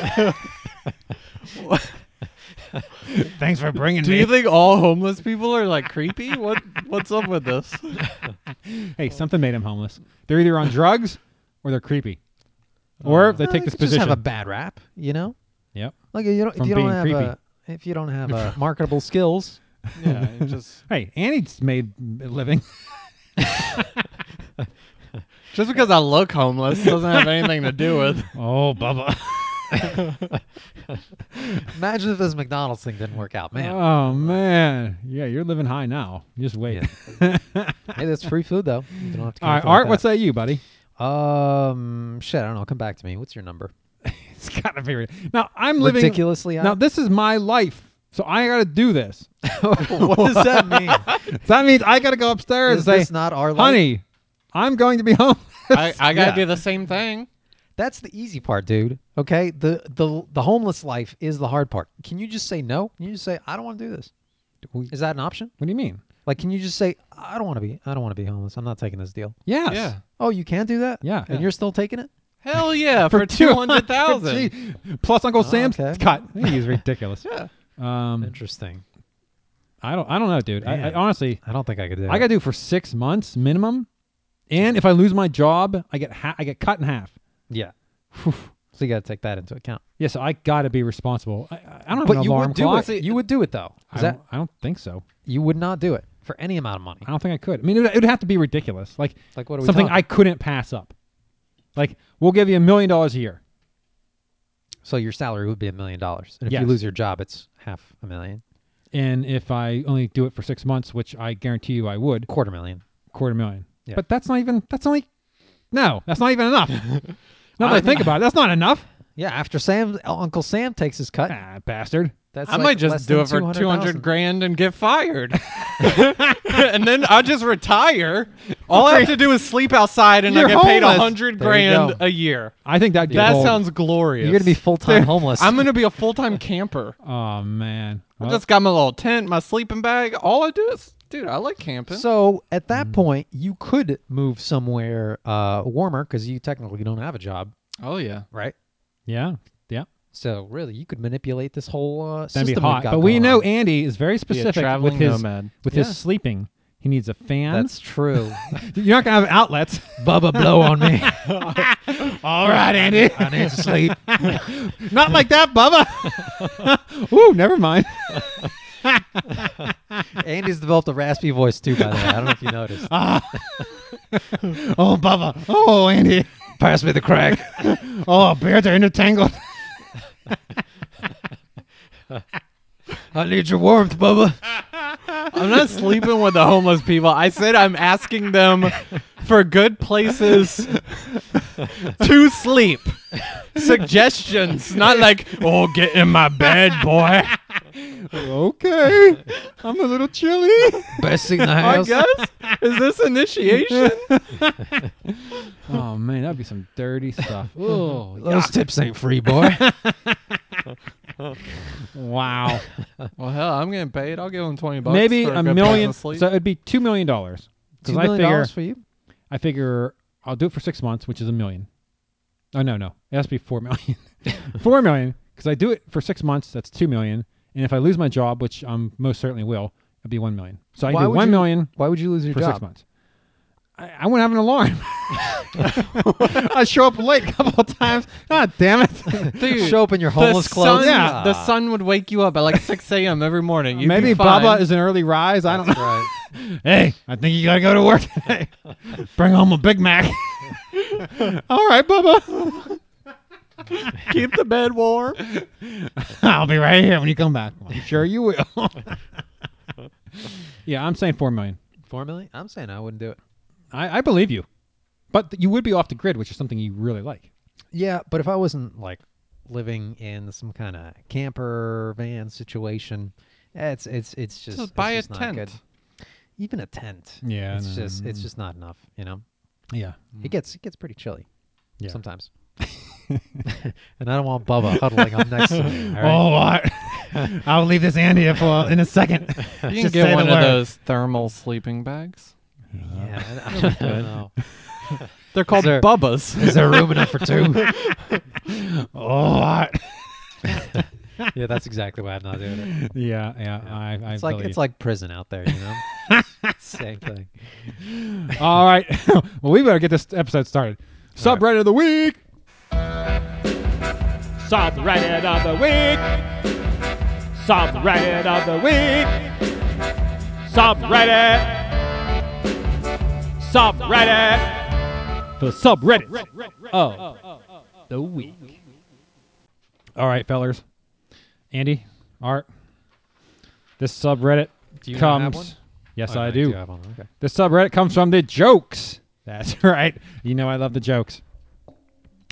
Thanks for bringing
Do you think all homeless people are like creepy? What what's up with this?
Hey, something made him homeless. They're either on drugs or they're creepy, or they
No,
take
they
this
Uh,
could just
position.
have a bad rap, you know?
Yep.
Like you don't, if
From
you don't
being
have
creepy.
a, if you don't have uh marketable skills,
Yeah, it just
Hey, Annie's made a living.
just because I look homeless doesn't have anything to do with.
oh, Bubba.
imagine if this McDonald's thing didn't work out, man.
Oh man. Yeah, you're living high now. Just wait.
hey, that's free food though. You don't have to.
All right, Art. What's that you, buddy?
that? Um, shit, I don't know. Come back to me. What's your number?
It's got to be rid- now. I'm living
Ridiculously high?
Now this is my life, so I got to do this.
what does that mean?
that means I got to go upstairs
Is
and
this
say,
not our life?
"Honey, I'm going to be home."
I, I gotta
Yeah.
do the same thing.
That's the easy part, dude. Okay, the the the homeless life is the hard part. Can you just say no? Can you just say I don't want to do this?
what
Is that an option?
do you mean?
Like, can you just say I don't want to be I don't want to be homeless. I'm not taking this deal.
Yes.
Yeah.
Oh, you can do that.
Yeah.
and
Yeah.
you're still taking it.
Hell yeah, for two hundred thousand.
Gee, Plus Uncle Sam's
Oh, okay.
cut. He's ridiculous. yeah. Um,
Interesting.
I don't. I don't know, dude. I, I
Man.
honestly,
I don't think I could do.
I
it.
got to do it for six months minimum, and if I lose my job, I get ha- I get cut in half.
yeah. So you got to take that into account.
Yeah, so I got to be responsible. I, I I don't have
But
an
you
alarm
would do
clock.
it. You would do it though.
I,
Is
don't,
that
I don't think so.
you would not do it for any amount of money?
I don't think I could. I mean, it would, it would have to be ridiculous. Like,
Like, what are we
something
talking?
I couldn't pass up. Like, we'll give you a million dollars a year.
So your salary would be a million dollars, and if you
Yes.
lose your job, it's half a million,
And if I only do it for six months, which I guarantee you I would,
quarter million.
quarter million.
Yeah.
But that's not even, that's only, no, that's not even enough. now that I think about it, that's not enough.
Yeah, after Sam, Uncle Sam takes his cut.
Ah, bastard.
That's
I
like
might
less
just do
than
it for two hundred
200,000.
grand and get fired, and then I just retire. All I have to do is sleep outside, and
You're
I get paid
homeless.
a hundred
There you
grand
go.
a year.
I think that'd get
That
old.
sounds glorious.
You're gonna be full time homeless.
I'm gonna be a full time camper.
Oh, man.
I
Well,
just got my little tent, my sleeping bag. All I do is, dude, I like camping.
so at that point, you could move somewhere uh, warmer because you technically don't have a job,
oh yeah,
right?
yeah. Yeah.
So really, you could manipulate this whole uh,
That'd
system.
be
we've
hot.
got
But we
going
know
on.
Andy is very specific with
traveling
his,
nomad.
with
Yeah.
his sleeping. He needs a fan.
that's true.
You're not going to have outlets.
Bubba, blow on me.
All right, Andy.
I need to sleep.
Not like that, Bubba. Ooh, never mind.
Andy's developed a raspy voice too, by the way. I don't know if you noticed.
Oh, Bubba. Oh, Andy.
Pass me the crack.
Oh, beards are intertangled.
I need your warmth, Bubba.
I'm not sleeping with the homeless people. I said I'm asking them for good places to sleep. Suggestions, not like, oh, get in my bed, boy.
okay. I'm a little chilly.
Best thing in the
I
house.
guess. Is this initiation?
oh, man. That'd be some dirty stuff.
Oh, those tips ain't free, boy.
wow.
Well, hell, I'm getting paid. I'll give them 20 bucks.
Maybe
for
a
good
million.
place to
So
sleep.
it'd be $2 million. Because
Two
I
million
figure,
dollars for you.
I figure I'll do it for six months, which is a million. Oh, no, no. It has to be $4 million. $4 million. Because I do it for six months. That's $2 million. And if I lose my job, which I am most certainly will, it'd be $1 million. So I
Why
can do
would
$1
you-
million
Why would you lose your
for
job?
six months. I, I wouldn't have an alarm. I show up late a couple of times. God damn it.
Dude,
Show up in your
the
homeless clothes. Ah.
Sun,
Yeah.
The sun would wake you up at like 6 a.m. every morning. You'd
Maybe
be fine.
Baba is an early rise. I don't know.
right.
Hey, I think you gotta go to work today. Bring home a Big Mac. All right, Bubba.
Keep the bed warm.
I'll be right here when you come back. I'm sure you will. yeah, I'm saying four million.
Four million? I'm saying I wouldn't do it.
I, I believe you, but you would be off the grid, which is something you really like.
Yeah, but if I wasn't like living in some kind of camper van situation, eh, it's it's it's just
Just
it's
buy a
just not good.
tent.
Even a tent.
Yeah,
it's
no, mm.
just it's just not enough. You know,
Yeah,
it gets it gets pretty chilly
yeah.
sometimes. and I don't want Bubba huddling up next to me. all right?
Oh, I, I'll leave this Andy here for in a second.
You can
Just
get
say
one
the
of
word.
those thermal sleeping bags.
Oh.
yeah, I don't- I don't know.
They're called
there-
Bubbas.
Is there room enough for two?
Oh, I,
yeah, that's exactly why I'm not doing it.
yeah, yeah. I, I
It's like
believe.
it's like prison out there, you know. Same thing.
All right. well, we better get this episode started. Subreddit of the week. Soft Reddit of the Week. Soft Reddit of the Week. Soft Reddit. Soft Reddit. The subreddit of the week. All right, fellers. Andy, Art, this subreddit
Do you not have
comes.
one?
Yes,
Oh, no,
I
you
do.
have one, Okay.
This subreddit comes from the jokes. That's right. You know I love the jokes.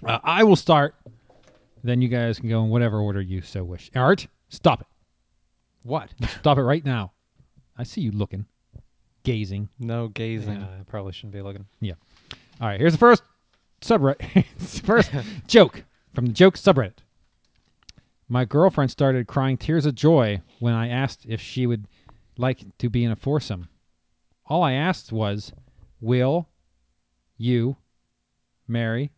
Uh, I will start. Then you guys can go in whatever order you so wish. Art, stop it.
What?
Stop it right now. I see you looking, gazing.
No gazing.
Yeah, I probably shouldn't be looking.
Yeah. All right. Here's the first subreddit. first joke from the joke subreddit. My girlfriend started crying tears of joy when I asked if she would like to be in a foursome. All I asked was, "Will you marry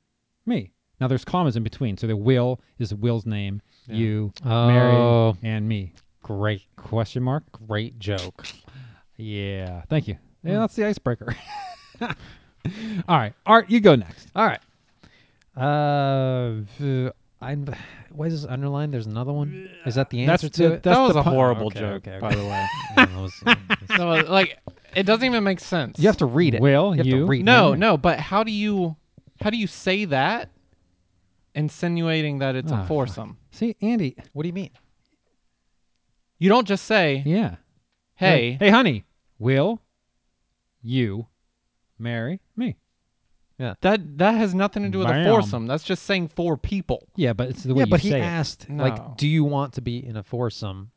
me?" Now there's commas in between, so the "will" is Will's name, "you
Oh.
marry," and "me."
Great,
Question mark?
great joke.
Yeah. Thank you. Yeah, that's the icebreaker. All right, Art, you go next.
All right. Uh, v- I'm. Why is this underlined? There's another one. Is that the
That's
answer
the-
to it?
that's
that was
the
a
pun-
horrible
okay,
joke,
okay,
by
okay.
the way.
I don't know, it's- it's-
so, like, it doesn't even make sense.
you have to read it.
Will
you? Have
you-
To read
No,
it.
no, but how do you how do you say that, insinuating that it's
Ah,
a
fuck.
foursome?
See, Andy.
What do you mean?
You don't just say,
Yeah.
"Hey,
Hey, honey. Will you marry me?
that that has nothing to do with
Bam.
a foursome. That's just saying four people."
Yeah, but it's the way
yeah,
you
but
say
he
it.
asked,
No.
like, do you want to be in a foursome?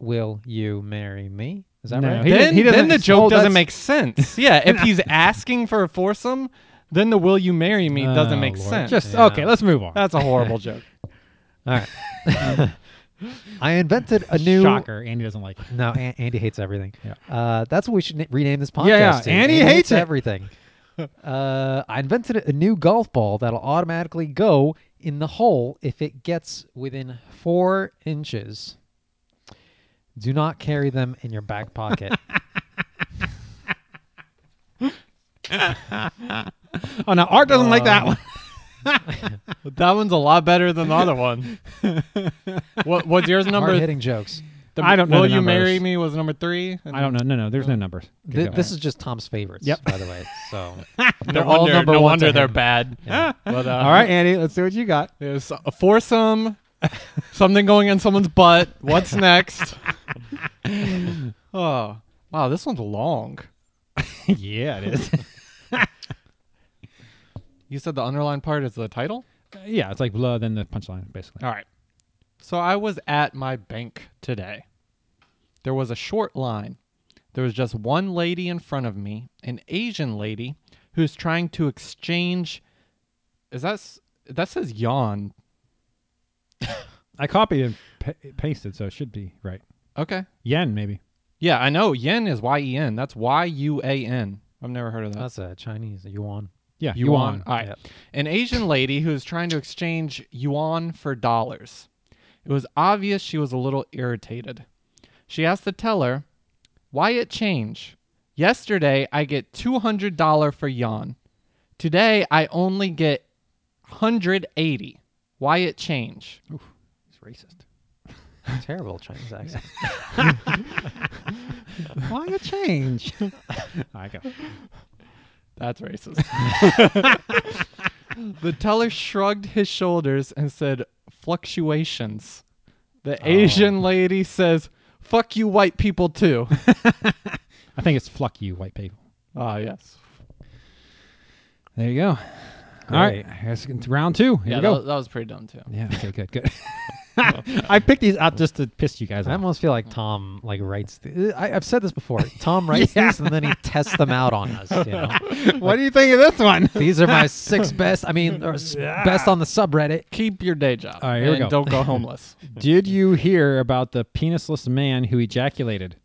Will you marry me? Is that
No,
right?
He didn't-
then,
he doesn't-
then the
Oh,
joke
that's-
doesn't make sense. Yeah, if he's asking for a foursome, then the "Will you marry me?" doesn't
Oh,
make
Lord.
sense.
Just
Yeah.
okay. Let's move on.
that's a horrible joke.
All right. I invented a new.
shocker. Andy doesn't like it.
No, An- Andy hates everything.
Yeah.
Uh, that's what we should na- rename this podcast.
Yeah, yeah,
to.
Andy hates it.
everything. uh, I invented a new golf ball that'll automatically go in the hole if it gets within four inches. Do not carry them in your back pocket.
Oh no, Art doesn't like that one.
But that one's a lot better than the other one. what was yours
Hard
number?
hitting jokes.
The,
I don't know
Will
the
you marry
numbers.
me? Was number three. and
I don't know. No, no. There's no numbers. Good
Th-
God.
this is just Tom's favorites,
Yep.
by the way. So
No
all
wonder,
number
no
one
wonder
to
they're
him.
bad. But, uh,
all right, Andy. Let's see what you got.
There's a foursome, something going in someone's butt. What's next? oh, wow, this one's long.
yeah, it is.
You said the underlined part is the title?
Uh, yeah, it's like blah, then the punchline, basically.
All right. So I was at my bank today. There was a short line. There was just one lady in front of me, an Asian lady who's trying to exchange. Is that s- that says yawn?
I copied and pa- pasted, so it should be right.
Okay.
Yen, maybe.
Yeah, I know. Yen is Y E N. That's Y U A N. I've never heard of that.
that's a Chinese yuan.
Yeah,
yuan.
yuan.
All right.
Yep.
An Asian lady who is trying to exchange yuan for dollars. It was obvious she was a little irritated. She asked the teller, Why it change? Yesterday I get $200 for yuan. Today I only get 180. Why it change?
He's racist.
Terrible Chinese accent.
Why a change? I go.
That's racist. the teller shrugged his shoulders and said, fluctuations. The Asian lady says, fuck you, white people, too.
I think it's fuck you, white people.
Ah, yes.
There you go. All right, here's it's round two. Here
Yeah,
we
that,
go.
was- that was pretty dumb, too.
yeah. Okay. Good. Good. I picked these out just to piss you guys
I
off.
almost feel like Tom like writes. Th- I, I've said this before. Tom writes these and then he tests them out on us. You know,
what do you think of this one?
these are my six best. I mean, or s- best on the subreddit.
Keep your day job.
All right, here we
and
go.
don't go homeless.
Did you hear about the penisless man who ejaculated?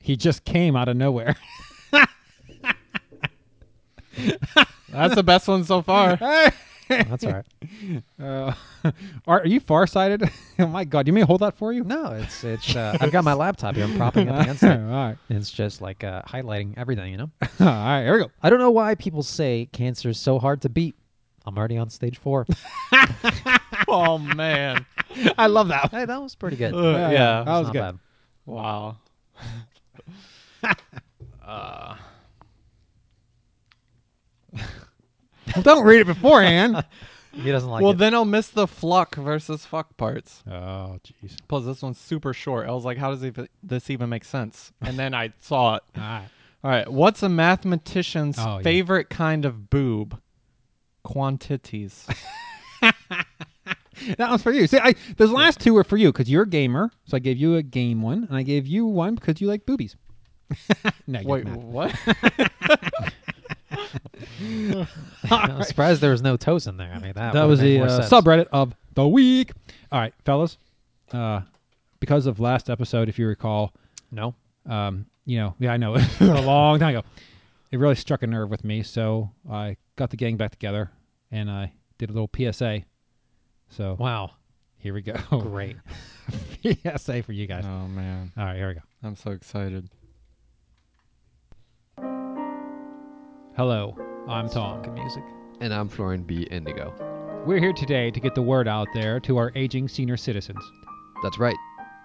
He just came out of nowhere.
That's the best one so far.
That's all right.
Uh, are, are you farsighted? oh my God! You may hold that for you.
No, it's it's. Uh, I've got my laptop here. I'm propping it against
All
it.
right.
It's just like uh, highlighting everything. You know.
All right. Here we go.
I don't know why people say cancer is so hard to beat. I'm already on stage four.
oh man.
I love that.
hey, that was pretty good.
Uh,
Yeah,
yeah.
that was
not
good.
bad.
Wow.
Don't read it beforehand.
He doesn't like
well,
it.
then I'll miss the fluck versus fuck parts.
oh, jeez.
Plus, this one's super short. I was like, how does ev- this even make sense? And then I saw it.
All right.
All right. What's a mathematician's
Oh, yeah.
favorite kind of boob? Quantities.
That one's for you. See, I, those last two were for you because you're a gamer. So I gave you a game one, and I gave you one because you like boobies. no, you're
Wait,
not.
what?
I'm surprised there was no toes in there. I mean, that
that
would've
was
made
the
more
uh,
sense.
subreddit of the week. All right, fellas. Uh, because of last episode, if you recall,
No,
um, you know, yeah, I know, it was a long time ago. It really struck a nerve with me, so I got the gang back together and I did a little PSA. So
wow,
here we go.
great.
PSA for you guys.
Uh-huh.
oh man,
All right, here we go.
I'm so excited.
Hello, I'm Tom.
music.
And I'm Florian B. Indigo.
We're here today to get the word out there to our aging senior citizens.
That's right.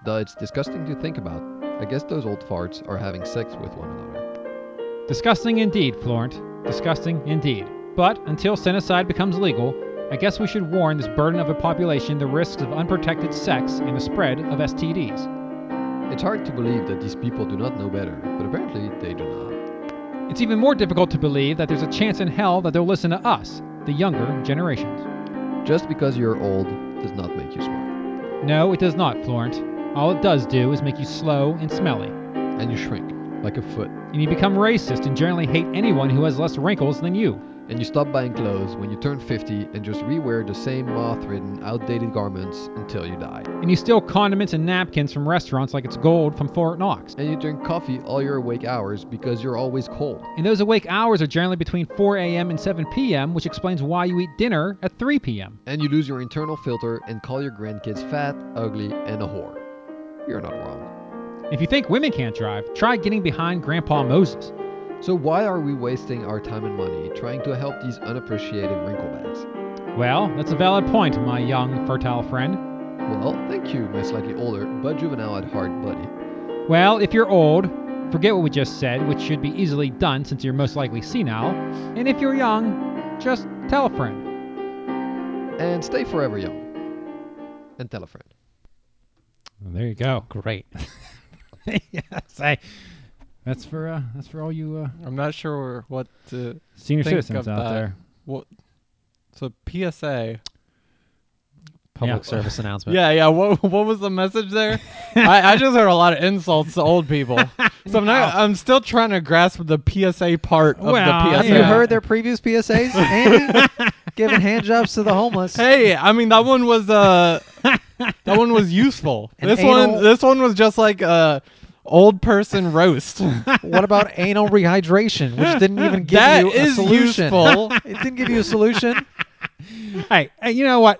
Though it's disgusting to think about, I guess those old farts are having sex with one another.
Disgusting indeed, Florent. Disgusting indeed. But until senicide becomes legal, I guess we should warn this burden of a population the risks of unprotected sex and the spread of STDs.
It's hard to believe that these people do not know better, but apparently they do not.
It's even more difficult to believe that there's a chance in hell that they'll listen to us, the younger generations.
Just because you're old does not make you smart.
No, it does not, Florent. All it does do is make you slow and smelly.
And you shrink, like a foot.
And you become racist and generally hate anyone who has less wrinkles than you.
And you stop buying clothes when you turn 50 and just rewear the same moth ridden, outdated garments until you die.
And you steal condiments and napkins from restaurants like it's gold from Fort Knox.
And you drink coffee all your awake hours because you're always cold.
And those awake hours are generally between 4 a.m. and 7 p.m., which explains why you eat dinner at 3 p.m.
And you lose your internal filter and call your grandkids fat, ugly, and a whore. You're not wrong.
If you think women can't drive, try getting behind Grandpa Moses.
So why are we wasting our time and money trying to help these unappreciated wrinklebags?
Well, that's a valid point, my young, fertile friend.
Well, thank you, my slightly older but juvenile at heart buddy.
Well, if you're old, forget what we just said, which should be easily done since you're most likely senile. And if you're young, just tell a friend.
And stay forever young. And tell a friend.
There you go.
Great.
yes, I, that's for uh, that's for all you uh,
I'm not sure what to
senior
think
citizens
of
out
that.
there.
What? So PSA.
Public
Yeah.
service announcement.
Yeah, yeah. What what was the message there? I, I just heard a lot of insults to old people. So I'm not, I'm still trying to grasp the PSA part of
Well,
the
Have
PSA.
you heard their previous PSAs? and giving handjobs to the homeless.
Hey, I mean that one was uh that one was useful.
An
this
anal-
one this one was just like a old person roast.
What about anal rehydration, which didn't even give
That
you a
is
solution?
useful.
it didn't give you a solution.
Hey, hey, you know what?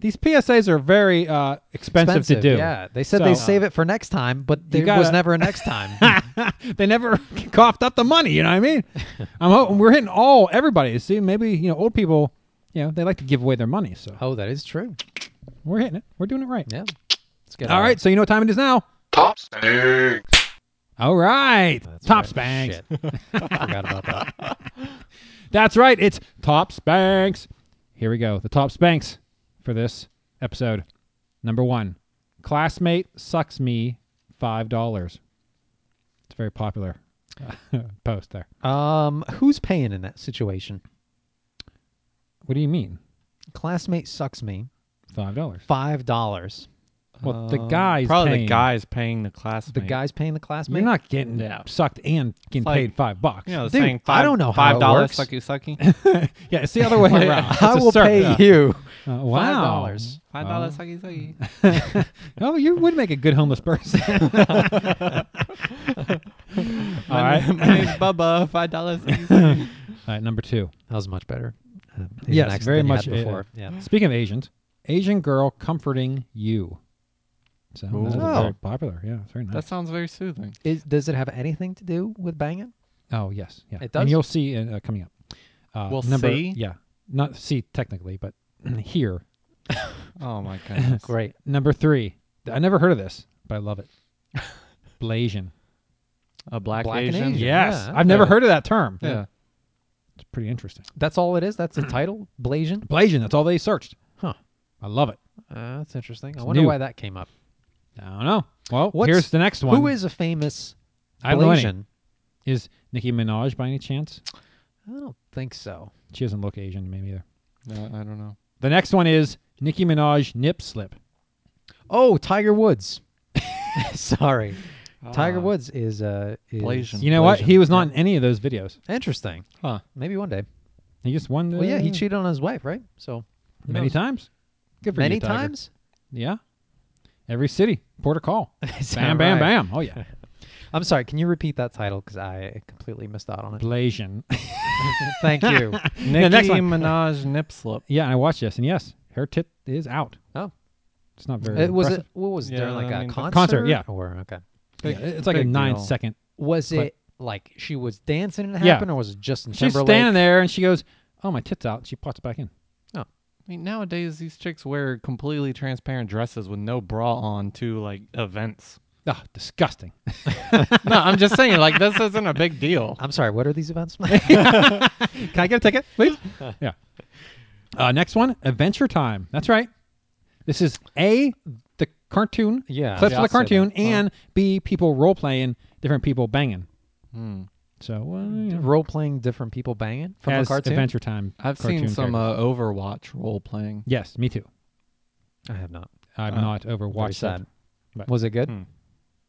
These PSAs are very uh, expensive,
Expensive,
to do.
Yeah, they said they
So-
save it for next time, but there
gotta-
was never a next time.
they never coughed up the money. You know what I mean? I'm hoping we're hitting all everybody. See, maybe you know old people. You know they like to give away their money, so
oh, that is true.
we're hitting it. We're doing it right.
Yeah, let's get
All right, so you know what time it is now.
Top stinks.
All right, top spanks.
Shit. Forgot about that.
That's right. It's top spanks. Here we go. The top spanks for this episode. Number one, classmate sucks me five dollars. It's a very popular uh, post there.
Um, who's paying in that situation?
What do you mean
Classmate sucks me
five dollars?
five dollars.
Well, the guy's
Um, probably
paying.
the guy's paying the class.
The guy's paying the classmate.
You're not getting
Yeah.
sucked and getting
Like-
paid five bucks.
you know,
Dude,
saying
I
five,
don't know how
five
it
dollars
works.
sucky sucky.
yeah, it's the other way around. It's
I
a
will
circle.
pay
Yeah.
you
Uh, wow.
five dollars.
Five dollars sucky sucky.
Oh, you would make a good homeless person. All
My
right.
name- my name's Bubba. Five dollars sucky sucky.
All right, number two.
That was much better. Um, even
Yes,
accent
very
than you
much,
had
uh,
before. yeah.
Speaking of Asians, Asian girl comforting you. So that's
Ooh. Oh.
very popular. Yeah, it's very nice.
That sounds very soothing.
Is, does it have anything to do with banging?
oh yes, yeah.
It
And
does?
you'll see uh, uh, coming up. Uh,
We'll
number,
see?
Yeah. Not C technically, but here.
Oh my goodness.
Great.
Number three. I never heard of this, but I love it. Blasian.
A black,
Black and
Asian.
Asian.
Yes.
Yeah,
I've never
okay.
heard of that term.
Yeah.
It's pretty interesting.
That's all it is. That's the title, Blasian.
Blasian. That's all they searched.
Huh.
I love it.
Uh, that's interesting. I wonder
new.
why that came up.
I don't know. Well,
What's-
here's the next one.
Who is a famous
I don't know any.
Blasian?
Is Nicki Minaj by any chance?
I don't think so.
She doesn't look Asian to me either.
No, I don't know.
The next one is Nicki Minaj nip slip.
Oh, Tiger Woods. Sorry,
Ah.
Tiger Woods is uh is
Blasian.
You know what? He was not in any of those videos.
interesting.
Huh.
Maybe one day.
He just won. The, Mm,
Well, yeah, he cheated on his wife, right? So who
many
knows?
times. Good for you,
Many
Tiger.
times.
Yeah. Every city, Port of Call.
Is that
Bam, bam,
right?
bam. Oh yeah.
I'm sorry. Can you repeat that title? Because I completely missed out on it.
Blasian.
Thank you.
Nicki
next one.
Minaj nip slip.
yeah, I watched this, and yes, her tit is out.
Oh.
It's not very.
it was
impressive.
it. What was it?
Yeah,
during like
I
a
mean, the-
concert?
Concert, yeah.
Or okay.
Big-
Yeah, it's like a
big
nine
deal.
second.
Was
Clip.
it like she was dancing and it
Yeah.
happened, or was it Justin
She's
Timberlake?
standing there, and she goes, "Oh, my tits out." She pops it back in.
I mean, nowadays these chicks wear completely transparent dresses with no bra on to like events.
Ah, disgusting.
no, I'm just saying, like this isn't a big deal.
I'm sorry. What are these events?
Can I get a ticket, please? yeah. Uh, next one, Adventure Time. That's right. This is A, the cartoon,
Yeah,
clips
yeah,
of
I'll
the
say that. Uh-huh.
cartoon, and B, people role playing, different people banging.
Hmm.
So, uh, you know,
Role playing different people banging from
as
a cartoon.
Adventure Time.
I've
cartoon
seen some
characters.
uh, Overwatch role playing.
yes, me too.
I have not.
I'm
Uh,
not overwatched.
Very
that.
sad. Was it good?
Hmm.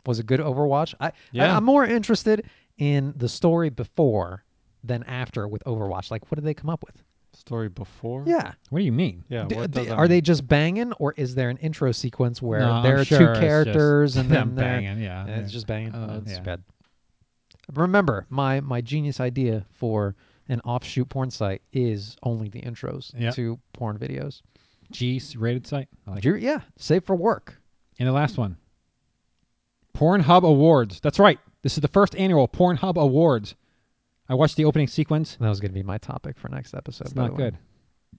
Was it good Overwatch? I,
Yeah.
I am more interested in the story before than after with Overwatch. Like, what did they come up with?
Story before.
Yeah.
What do you mean?
Yeah.
D-
what
d-
does that
are they
mean?
just banging, or is there an intro sequence where
No, I'm
there are
sure it's
two
just
characters and then
them
they're-
banging, yeah.
Yeah, it's just banging.
Oh,
Oh, that's
yeah.
bad. Remember, my my genius idea for an offshoot porn site is only the intros
Yeah.
to porn videos.
G rated site. I like it.
You're- yeah, save for work.
And the last one Pornhub Awards. That's right. This is the first annual Pornhub Awards. I watched the opening sequence.
That was going to be my topic for next episode.
It's
by the
not
way.
good.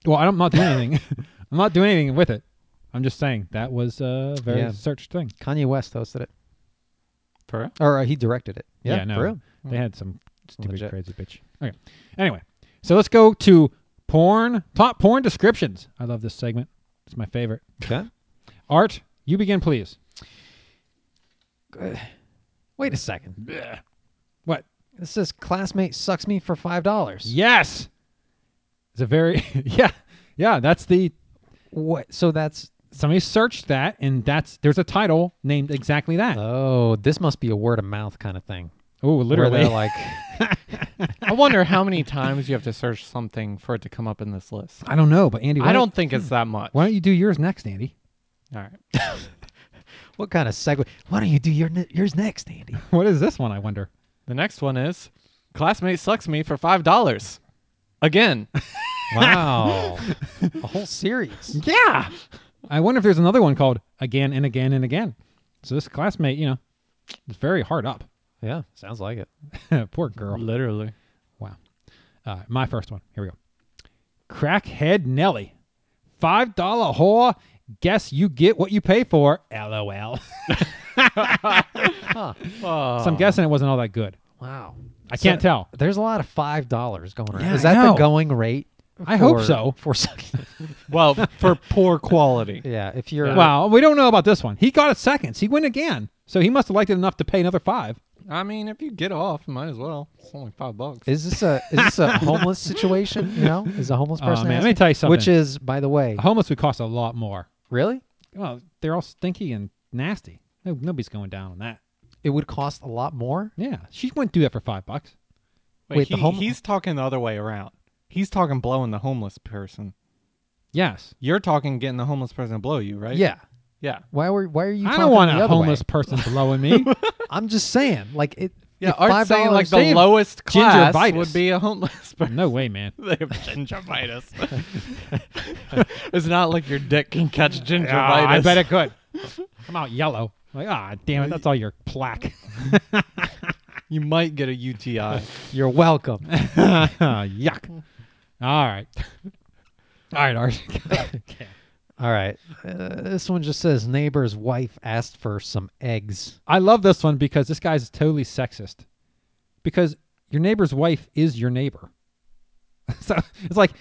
Well, I don't- I'm not doing anything. I'm not doing anything with it. I'm just saying that was a very
Yeah.
searched thing.
Kanye West hosted it,
For real?
or uh, he directed it. Yeah,
no,
for real.
they had some stupid
Legit.
crazy bitch. Okay. Anyway, so let's go to porn top porn descriptions. I love this segment. It's my favorite.
Okay.
Art, you begin, please.
Wait a second.
What?
This says classmate sucks me for five dollars.
Yes. It's a very yeah yeah. That's the
What? So that's
somebody searched that and that's there's a title named exactly
Uh,
that.
oh, this must be a word of mouth kind of thing.
oh,
Where
literally.
they're like,
I wonder how many times you have to search something for it to come up in this list.
I don't know, but Andy, why
I don't think it's that much.
Why don't you do yours next, Andy?
All right.
what kind of segue? Why don't you do your ne- yours next, Andy?
What is this one? I wonder.
The next one is classmate sucks me for five dollars. Again.
Wow, a whole series.
yeah.
I wonder if there's another one called Again and Again and Again. So this classmate, you know, is very hard up.
Yeah, sounds like it.
Poor girl.
Literally.
Uh, my first one. Here we go. Crackhead Nelly. Five dollar whore. Guess you get what you pay for. LOL.
Huh.
so I'm guessing it wasn't all that good.
Wow,
I can't tell.
There's a lot of five dollars going around.
Yeah,
Is
I
that the
know.
going rate?
I hope
for-
so.
For sucking.
Well, for poor quality.
yeah, if you're
Well, we don't know about this one. He got it seconds. He went again. So he must have liked it enough to pay another five.
I mean, if you get off, might as well. It's only five bucks.
Is this a is this a homeless situation? You know, is a homeless
Oh,
person?
man, let me
asking?
tell you something.
Which is, by the way,
A homeless would cost a lot more.
really,
Well, they're all stinky and nasty. No, nobody's going down on that.
it would cost a lot more.
Yeah, she wouldn't do that for five bucks.
Wait,
wait, the
he-
home-
he's talking the other way around. He's talking blowing the homeless person.
Yes,
You're talking getting the homeless person to blow you, right?
Yeah.
Yeah.
Why were Why are you?
I
talking
don't want
the
a
other way?
homeless person blowing me.
I'm just saying, like it.
Yeah.
if
Art's saying like
$5
the
save-
lowest class
gingivitis.
would be a homeless person.
no way, man.
They have gingivitis. it's not like your dick can catch gingivitis.
Ah, I bet it could. I'm out yellow. Like, ah, damn it, that's all your plaque.
You might get a UTI.
You're welcome.
Yuck. All right. All right, Art.
All right. Uh, this one just says neighbor's wife asked for some eggs.
I love this one because this guy's totally sexist. Because your neighbor's wife is your neighbor. so it's like,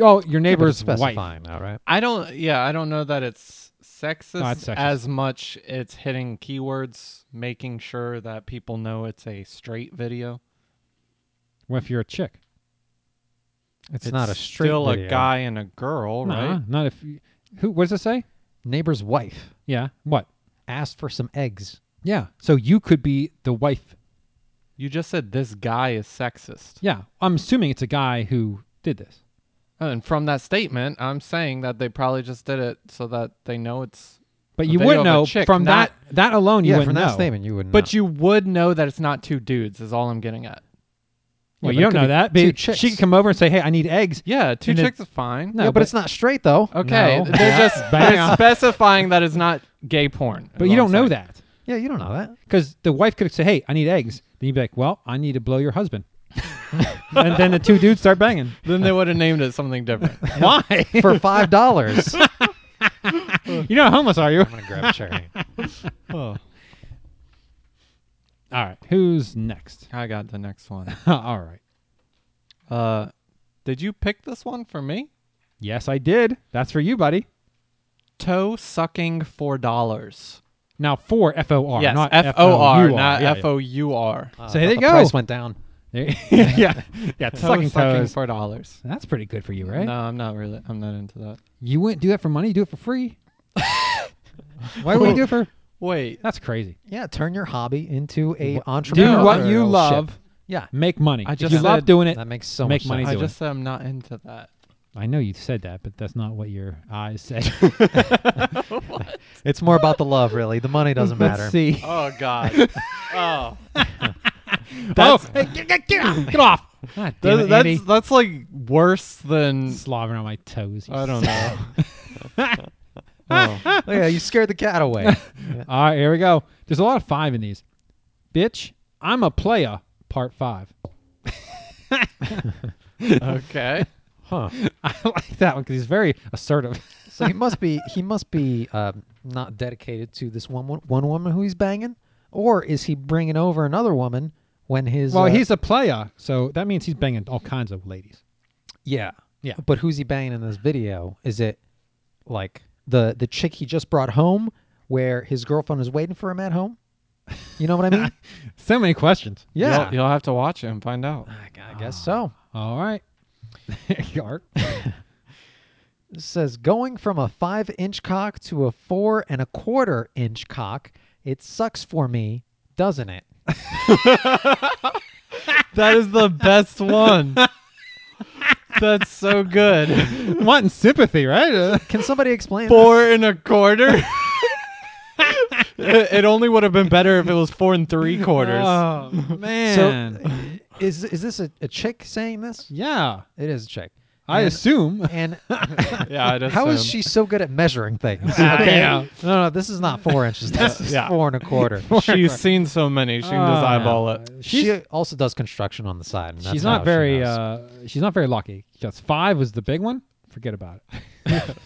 oh, your neighbor's wife.
specifying that, right?
I don't. Yeah, I don't know that it's sexist,
No, it's sexist.
as much. It's hitting keywords, making sure that people know it's a straight video.
Well, if you're a chick,
It's, not a straight
Still
video.
a guy and a girl,
Nuh-uh,
right?
Not if you, who? What does it say?
Neighbor's wife
Yeah. What?
asked for some eggs.
Yeah. So you could be the wife.
You just said this guy is sexist,
Yeah. I'm assuming it's a guy who did this.
and from that statement, I'm saying that they probably just did it so that they know it's.
But
A
you
video
would
of a
know
chick,
from
not-
that that alone. You
yeah,
wouldn't
from that
know.
statement you wouldn't.
But
know.
you would know that it's not two dudes. Is all I'm getting at.
Well,
Yeah,
you
but it
don't
could
know
be
that.
two
But
chicks.
she could come over and say, "Hey, I need eggs."
Yeah, two
And it-
chicks is fine.
yeah, but, it's not straight though.
Okay,
No.
they're
Yeah.
just
Bang
they're
on.
specifying that it's not gay porn.
But you don't know that
Yeah, you don't know that.
because the wife could say, "Hey, I need eggs." Then you'd be like, "Well, I need to blow your husband." and then the two dudes start banging.
Then they would have named it something different.
Why?
For five dollars. I'm
You're not homeless, are you? Oh.
gonna grab a cherry.
All right. Who's next?
I got the next one.
All right.
Uh, did you pick this one for me?
Yes, I did. That's for you, buddy.
Toe sucking for dollars.
Now for F O R,
Yes,
not
F O R,
F-O-U-R.
not
Yeah,
F O U R.
Uh,
So here
but
they
the
go.
Price went down.
yeah. yeah, yeah,
Toe
sucking
sucking
toes.
for dollars.
That's pretty good for you, right?
No, I'm not really. I'm not into that.
You wouldn't do that for money. You do it for free. Why would you do it for?
Wait,
That's crazy.
Yeah, turn your hobby into a entrepreneur.
Do what you love.
Yeah,
Make money.
I
If
just
you love
said-
doing it.
that makes so
Make
much
money
sense.
I
doing
just said I'm not into that.
I know you said that, but that's not what your eyes said.
It's more about the love, really. The money doesn't matter.
Let's see.
Oh God. oh,
oh, hey, get, get, get off! Get off! God damn
that's
it,
that's,
Andy.
that's like worse than
Slobbering on my toes. you
I don't
son
know.
Oh, yeah, you scared the cat away.
All right, here we go. There's a lot of five in these. Bitch, I'm a playa, part five.
okay.
Huh.
I like that one because he's very assertive.
So he must be he must be um, not dedicated to this one wo- one woman who he's banging, or is he bringing over another woman when his?
Well,
uh,
he's a playa, so that means he's banging all kinds of ladies.
yeah
Yeah.
But who's he banging in this video? Is it like the the chick he just brought home, where his girlfriend is waiting for him at home? You know what I mean?
So many questions.
yeah,
You'll, you'll have to watch it and find out.
I guess so.
All right. Yart.
It Ah. says going from a five inch cock to a four and a quarter inch cock. It sucks for me, doesn't it?
That is the best one. That's so good.
Wanting sympathy, right? Uh,
Can somebody explain?
Four and a quarter. it, it only would have been better if it was four and three quarters.
oh,
this?
man.
So, uh, is is this a, a chick saying this?
yeah.
It is a chick.
I
And-
assume.
And
yeah, I
how is she so good at measuring things?
Ah,
Okay.
yeah.
No, no, this is not four inches. This is
Yeah.
four and a quarter.
She's seen so many. She can just
Ah.
eyeball it.
she also does construction on the side. And that's
She's
how
not
she
very
knows.
uh, she's not very lucky. Because five was the big one. Forget about it.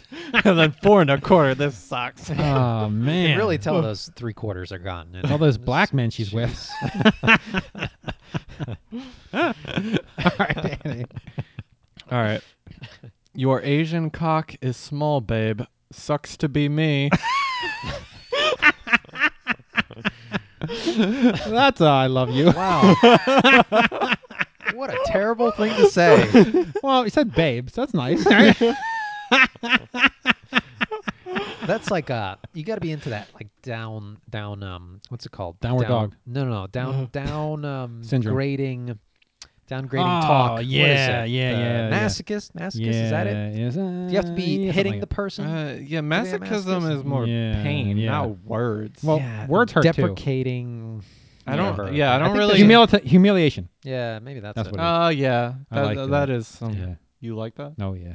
and then four and a quarter. This sucks.
Oh man.
you can really tell those three quarters are gone. And
all those black men she's with. all right, Andy.
All right. Your Asian cock is small, babe. Sucks to be me. Uh,
That's
uh,
a I love you.
Wow. what a terrible thing to say.
Well, you said babe, so that's nice. right?
That's like uh you got to be into that like down down um what's it called?
Downward
Down-
dog.
No, no, no. Down
Mm-hmm.
down um
Syndrome.
grading downgrading
Oh,
talk. What is
yeah,
it?
yeah,
The
yeah, yeah.
Masochist, masochist is that it?
yes,
Do you have to be
uh, yeah,
hitting
something
the
like
person?
Uh, yeah,
masochism
masochism is more
Yeah,
pain,
yeah.
not words.
Well, words hurt too.
deprecating,
I don't.
whatever.
Yeah, I
I
don't
think
that.
really.
there's a-
Humilita- humiliation.
Yeah, maybe that's,
That's
it.
what
Oh yeah,
I
that,
like
that.
that.
that is something.
Yeah.
You like that?
Oh yeah.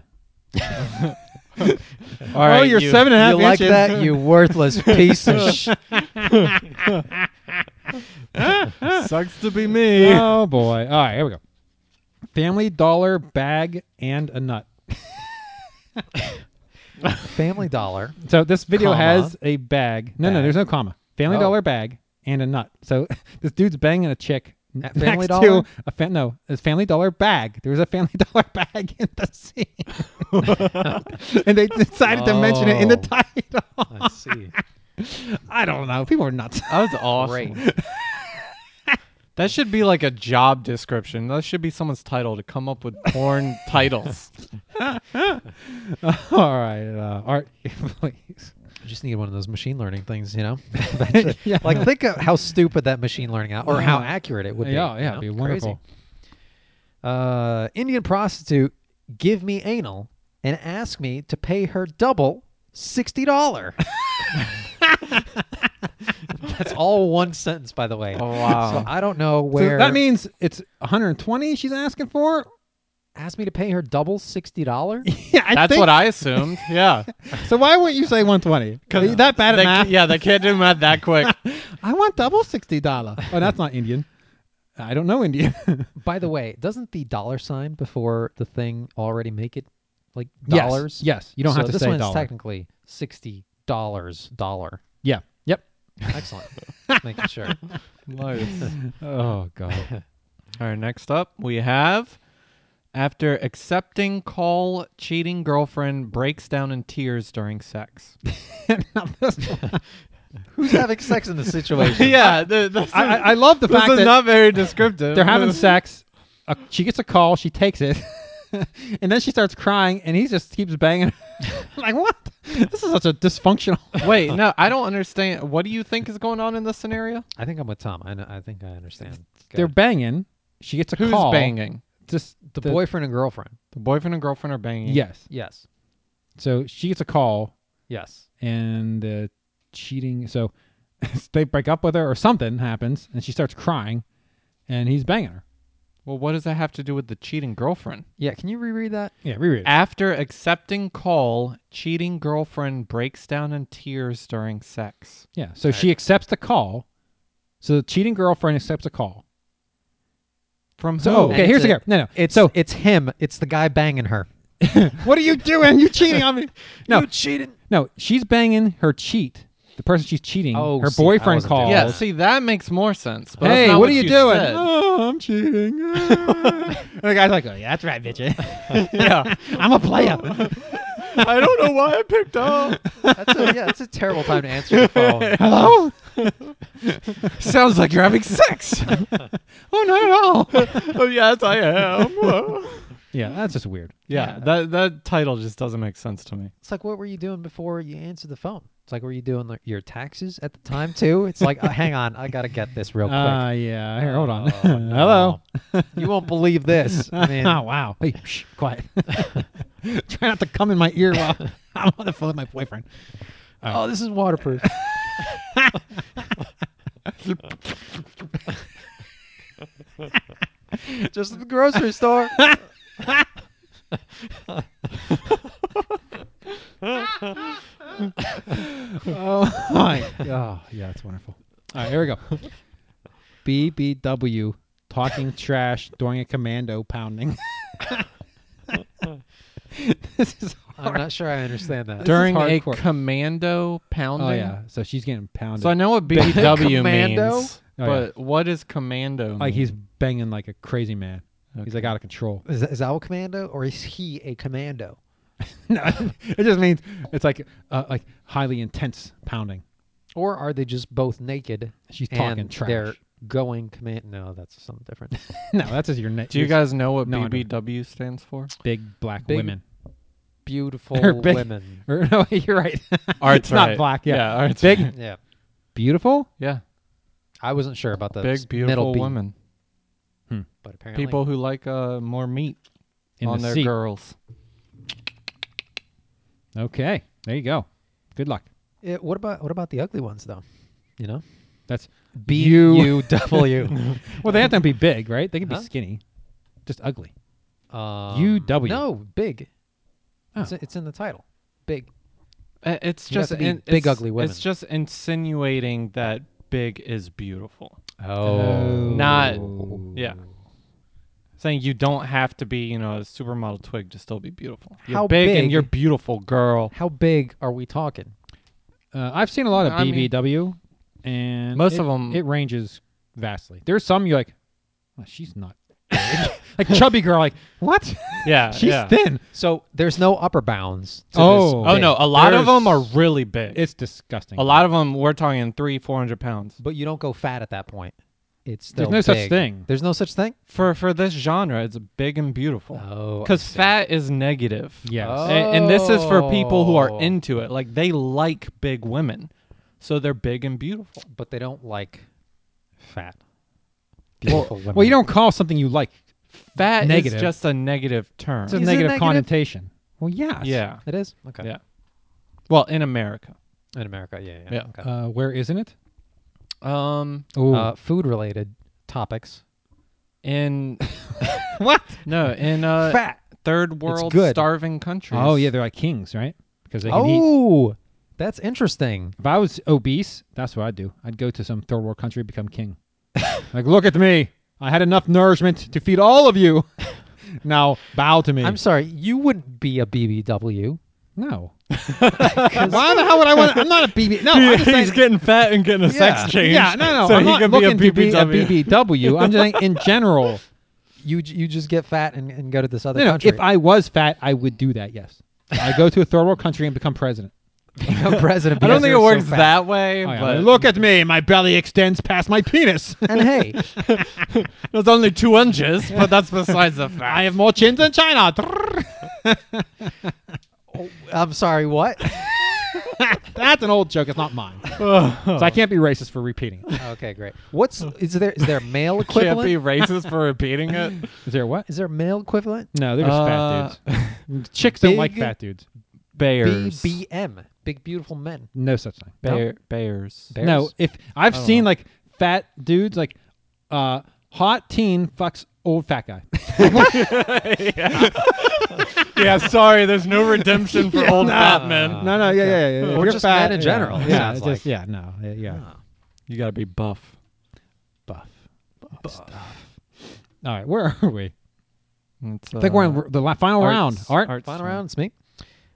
All right,
oh, you're
you-
seven and a half
you like
inches.
that, you worthless piece of sh-
Sucks to be me.
Oh boy. All right, here we go. Family dollar bag and a nut.
Family Dollar.
So this video
Comma.
has a bag. No, no,
Bag.
there's no comma. Family
Oh.
Dollar bag and a nut. So this dude's banging a chick n-
At
next
Family Dollar?
to a fa- no, a Family Dollar bag. There was a Family Dollar bag in the scene, and they decided to mention it in the
Oh.
title.
I see.
I don't know. People are nuts.
That was awesome.
Great.
That should be like a job description. That should be someone's title to come up with porn titles.
All right, uh, Art, please.
I just need one of those machine learning things, you know?
Yeah.
Like, think of how stupid that machine learning out or how accurate it would be.
yeah,
you
yeah,
know?
it'd be
Crazy.
wonderful.
Uh, Indian prostitute, give me anal and ask me to pay her double sixty dollar. That's all one sentence, by the way. So
wow.
I don't know
Oh, So
where
that means it's 120 she's asking for?
ask me to pay her double sixty dollar.
Yeah, I
That's
think-
what I assumed. Yeah.
So why wouldn't you say 120? Are you that bad at
They-
math?
Yeah, they can't do math that quick.
I want double sixty dollar. Oh, that's not Indian. I don't know Indian.
By the way, doesn't the dollar sign before the thing already make it like
Yes,
dollars?
Yes, you don't
So
have to
this
say
one's
dollar.
technically sixty dollars dollar.
yeah. Yep.
Excellent. Making sure.
Oh god.
All right, next up we have after accepting call, cheating girlfriend breaks down in tears during sex.
Now this one-
Who's having sex in this situation?
yeah, th- this
I, I,
is-
I love the
this
fact
is
that
not very descriptive.
they're having sex. Uh, she gets a call. She takes it, and then she starts crying, and he just keeps banging. like what? This is such a dysfunctional.
Wait, no, I don't understand. What do you think is going on in this scenario?
I think I'm with Tom. I know, I think I understand.
They're banging. She gets a
Who's
call.
banging?
Just
the, boyfriend and girlfriend.
The boyfriend and girlfriend are banging.
Yes.
Yes.
So she gets a call.
Yes.
and the cheating. So they break up with her, or something happens, and she starts crying, and he's banging her.
Well, what does that have to do with the cheating girlfriend?
Yeah. Can you reread that?
Yeah, reread. it.
After accepting call, cheating girlfriend breaks down in tears during sex.
Yeah, so she accepts the call. So the cheating girlfriend accepts a call.
From who?
So okay,
And
here's the
it's
go.
a-
No, no.
It's
so
it's him. It's the guy banging her.
what are you doing? You cheating on me? No,
cheated.
no. She's banging her cheat. The person she's cheating.
Oh,
her
see, I
boyfriend
wasn't doing
calls.
Yeah, see, that makes more sense. But that's
hey,
not
what, are you,
you
doing?
said.
Oh, I'm cheating. and the guy's like, oh, yeah, that's right, bitch. yeah, I'm a player.
I don't know why I picked up.
That's a, yeah. That's a terrible time to answer the phone.
Hello?
Sounds like you're having sex.
Oh, not at all.
oh yes, I am.
yeah, that's just weird.
yeah, that that title just doesn't make sense to me.
It's like, what were you doing before you answered the phone? It's like, were you doing like, your taxes at the time too? It's like, uh, hang on, I gotta get this real Oh, quick.
Ah, yeah. Here, hold on.
Oh, no. you won't believe this. I mean,
oh, wow. Hey, shh, quiet. Try not to come in my ear while I'm on the phone with my boyfriend.
oh, this is waterproof. Just at the grocery store.
Oh, my. Oh, yeah, that's wonderful. All right, here we go. BBW talking trash during a commando pounding. this is
I'm
hard.
not sure I understand that.
Dur-
During a
hardcore.
commando pounding.
oh, yeah. So she's getting pounded.
So I know what BBW
Commando?
means,
Oh, yeah.
but what is commando?
like
mean?
he's banging like a crazy man. He's like out of control.
Is that, is that a commando or is he a commando?
no, it just means it's like uh, like highly intense pounding.
Or are they just both naked?
She's
and
talking trash.
They're going command. No, that's something different.
No, that's just your name.
Do you guys know what
No, I don't.
BBW stands for?
big black
Big-
women?
Beautiful
They're big.
women.
Or, no, you're right.
Art's
it's not
right.
black. Yeah,
Yeah, art's
big,
right.
Yeah,
beautiful.
Yeah,
I wasn't sure about the s-
big beautiful
middle B,
women,
but apparently
people who like uh, more meat
In
on
the
their
seat.
girls.
Okay, there you go. Good luck.
Yeah, what about what about the ugly ones though? You know,
That's
B
you-
U W.
well, they have to be big, right? They can be
Huh?
skinny, just ugly.
Um,
U W.
No, big. It's,
Oh.
it's in the title. Big.
Uh, It's
You'd have
just
to be
in-
big,
it's-
ugly women.
It's just insinuating that
Oh.
big is beautiful.
Oh.
Not yeah. saying you don't have to be, you know, a supermodel twig to still be beautiful. You're
How
big,
big?
and you're beautiful, girl.
How big are we talking?
Uh, I've seen a lot of
I mean-
BBW, and
Most
it-
of 'em-
it ranges vastly. There's some you're like, "Oh, she's not big." like chubby girl, like what?
Yeah,
she's
Uh, yeah.
thin.
So there's no upper bounds. To
Oh.
this
Oh
big,
no, a lot of
There's-
them are really big.
It's disgusting.
a lot of them. We're talking three, four hundred pounds
But you don't go fat at that point. It's still
There's no such
big.
thing.
There's no such thing.
for for this genre. It's big and beautiful.
Oh,
Because fat is negative.
Yes.
A- And, this is for people who
Oh.
are into it. Like they like big women. So they're big and beautiful.
but they don't like fat.
Well,
Beautiful women.
well, you don't call something you like.
Fat
Negative.
is just a negative term.
It's a
Is it
negative,
negative?
connotation. Well, yes.
yeah.
It is okay.
Yeah. Well, in America.
In America, yeah, yeah.
Yeah.
okay.
Uh, where isn't it?
Um
Oh,
Uh, food related topics.
in What? No, in uh
fat.
third world
good.
starving countries.
oh yeah, they're like kings, right? Because they can eat.
Oh, that's interesting.
If I was obese, that's what I'd do. I'd go to some third world country, and become king. like, look at me. I had enough nourishment to feed all of you. now bow to me.
I'm sorry, you wouldn't be a BBW.
no. Why the hell would I want? I'm not a BB. No, I'm just saying.
getting fat and getting a
yeah, Yeah, no, no. I'm not looking to be a BBW. I'm just saying in general.
You j- you just get fat and, and go to this other
No, no,
country.
if I was fat, I would do that. Yes, I go to a third world country and become president.
become president,
I
because
don't think
you're so
it works
fat.
that way,
Oh, yeah,
but
look at me, my belly extends past my penis.
And hey,
it's only two inches, but that's besides the fact.
I have more chins than China.
I'm sorry, what?
That's an old joke. It's not mine, so I can't be racist for repeating. it.
Okay, great. What's is there is there a male
can't
equivalent?
be racist for repeating it.
Is there what?
Is there a male equivalent?
No, they're just fat dudes. Uh, Chicks don't like
Big-
fat dudes.
Bears.
BBM, big beautiful men.
No such thing.
Bear, Bears.
Bears?
No, if I've seen like fat dudes, like uh, hot teen fucks old fat guy.
yeah, sorry, there's no redemption for old fat men.
no, no, yeah, yeah, yeah. yeah.
Or
If you're
just men in
yeah.
general, it
Yeah,
sounds
it's just
like.
yeah, no, yeah, yeah.
You gotta be buff.
buff. All right, where are we?
It's,
I think we're in the la- final
arts-
round. Art,
arts.
Final round, it's me.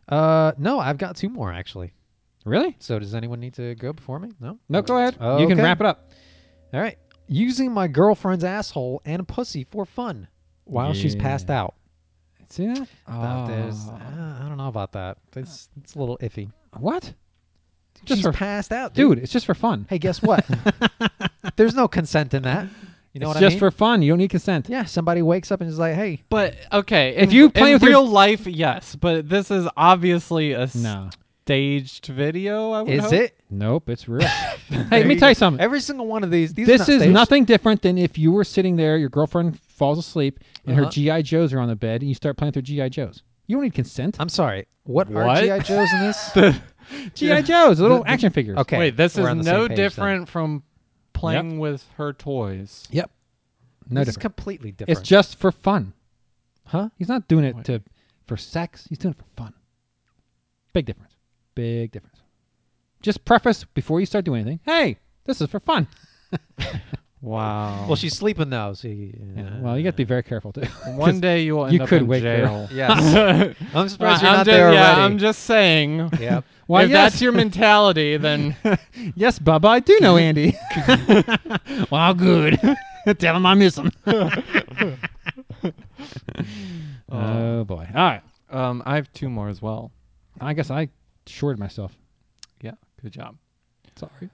Uh, no, I've got two more actually.
really?
So does anyone need to go before me? No.
No, go ahead. You can
Oh, Okay.
wrap it up.
All right. Using my girlfriend's asshole and pussy for fun while she's
Yeah.
passed out.
See that?
Now,
Oh.
there's- uh, I don't know about that. It's it's a little iffy.
What,
She's
Just for-
passed out, dude.
dude? It's just for fun.
Hey, guess what? There's no consent in that. You know
it's
what
just
I mean?
for fun. You don't need consent.
yeah, somebody wakes up and is like, "Hey,
But okay,
If
in-
you play
in
with your-
real life, yes. But this is obviously a
No.
staged video. I would
is
hope.
it?"
Nope, it's real. hey, let me tell you something.
Every single one of these. these are
this
not
is
staged.
nothing different than if you were sitting there, your girlfriend falls asleep, and her
Uh-huh.
GI Joes are on the bed, and you start playing through GI Joes. You don't need consent.
I'm sorry. What,
What?
are GI Joes in this?
GI Joes, little action figures.
Okay.
Wait, this
we're
is
on the same
no
page then.
different from playing with her toys.
Yep. No,
This is
different.
completely different.
it's just for fun.
huh?
He's not doing it
Wait.
to for sex. He's doing it for fun. Big difference. Big difference. Just preface before you start doing anything. Hey, this is for fun.
Wow.
Well, she's sleeping now. So you,
Yeah, well, you got to be very careful too.
one day you will end
you
up
could
in
wake her
jail.
Yes. I'm surprised you're
I'm
not
just,
there
yeah,
already.
I'm just saying.
Yep.
Why,
if
yes.
that's your mentality, then
yes, Bubba, I do know Andy. well, good. Tell him I miss him. oh boy. All right.
um, I have two more as well.
I guess I shorted myself.
Yeah, good job.
Sorry.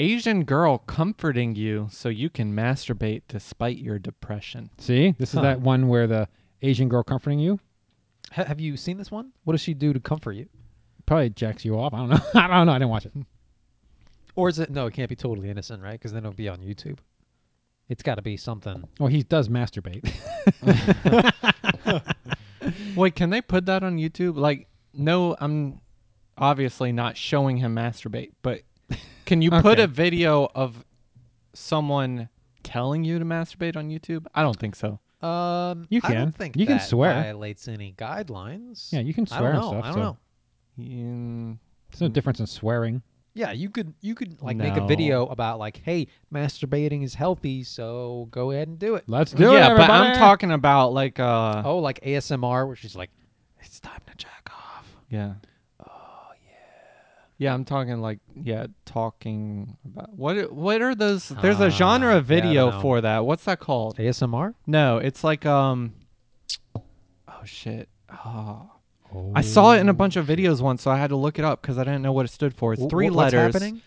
Asian girl comforting you so you can masturbate despite your depression.
See, this is that one where the Asian girl comforting you
Ha- have you seen this one? What does she do to comfort you?
probably jacks you off. I don't know. I don't know. I didn't watch it.
Or is it no? It can't be totally innocent, right? Because then it'll be on YouTube. It's got to be something.
Well, he does masturbate.
Wait, can they put that on YouTube? Like, no, I'm obviously not showing him masturbate, but can you put
Okay.
a video of someone telling you to masturbate on YouTube? I don't think so.
Um,
You
I
can.
don't think
You can
that
swear.
violates any guidelines.
Yeah, you can
I
swear
don't
and
know.
stuff,
I don't
so-
know.
Mm,
There's no difference in swearing.
Yeah, you could you could like make a
No.
video about like, hey, masturbating is healthy, so go ahead and do it.
Let's do it.
yeah, but I'm
everybody.
talking about like uh
Oh, like ASMR, where she's like, it's time to jack off.
yeah. Oh yeah. Yeah, I'm talking like yeah, talking about what i- what are those there's
Ah,
a genre
yeah, I
of video
don't know.
for that. What's that called?
ASMR.
No, it's like um Oh shit. Oh. I saw it in a bunch of videos once, so I had to look it up because I didn't know what it stood for. It's
Oh, Wh-
three
wh- what's
letters.
happening?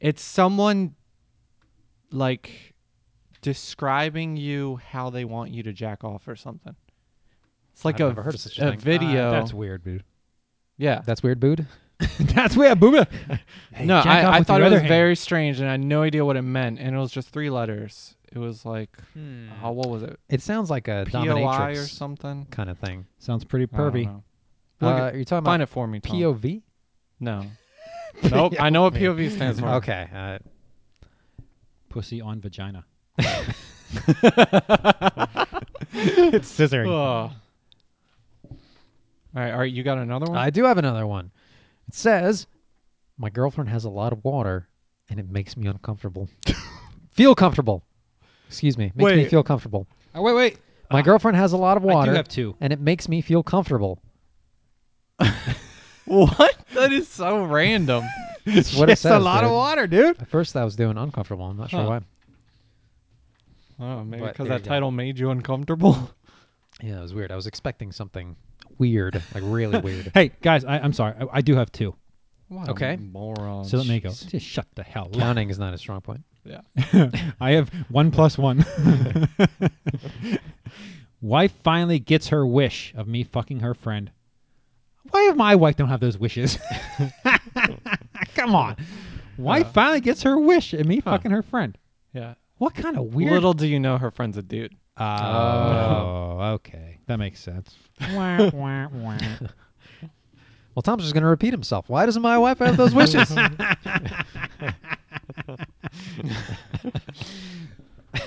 It's someone like describing you how they want you to jack off or something. It's like
I've
a,
never heard of such a
a,
thing. Ah,
video.
That's weird, dude.
yeah.
That's weird, Bood.
That's weird, booba.
no,
jack off
I, I
with
thought
your
it
other
was
hand.
very strange and I had no idea what it meant. And it was just three letters. It was like,
Uh-huh.
oh, what was it?
Hmm. It sounds like a
POI or
dominatrix
something?
kind of thing.
Sounds pretty
I don't
pervy.
know.
Uh,
Look
are you talking
Find
about
it for me, Tom.
POV?
No. nope. I know what POV stands for.
Okay. Uh,
Pussy on vagina. it's scissoring.
Ugh. All right, all right, you got another one?
I do have another one. It says, "My girlfriend has a lot of water, and it makes me uncomfortable. feel comfortable. Excuse me. Makes me
Wait.
feel comfortable.
Oh, wait, wait.
My girlfriend has a lot of water,
I do have two.
and it makes me feel comfortable.
What? That is so random.
That's what it
It's
says.
a lot
dude.
of water, dude.
At first, I was doing uncomfortable. I'm not sure
Huh.
why.
Oh, maybe
But
because
there
that
you go.
title made you uncomfortable.
Yeah, it was weird. I was expecting something weird, like really weird.
Hey guys, I, I'm sorry. I, I do have two.
What
Okay.
moron.
So let me go. Just shut the hell up.
Counting is not a strong point.
Oh, Yeah.
I have one plus one. wife finally gets her wish of me fucking her friend. Why if my wife don't have those wishes? Come on. Wife
Uh.
finally gets her wish and me fucking her friend.
Yeah.
What kind of weird
Little do you know her friend's a dude.
Oh, okay. That makes sense. Wah, wah, wah.
Well, Tom's just going to repeat himself. Why doesn't my wife have those wishes?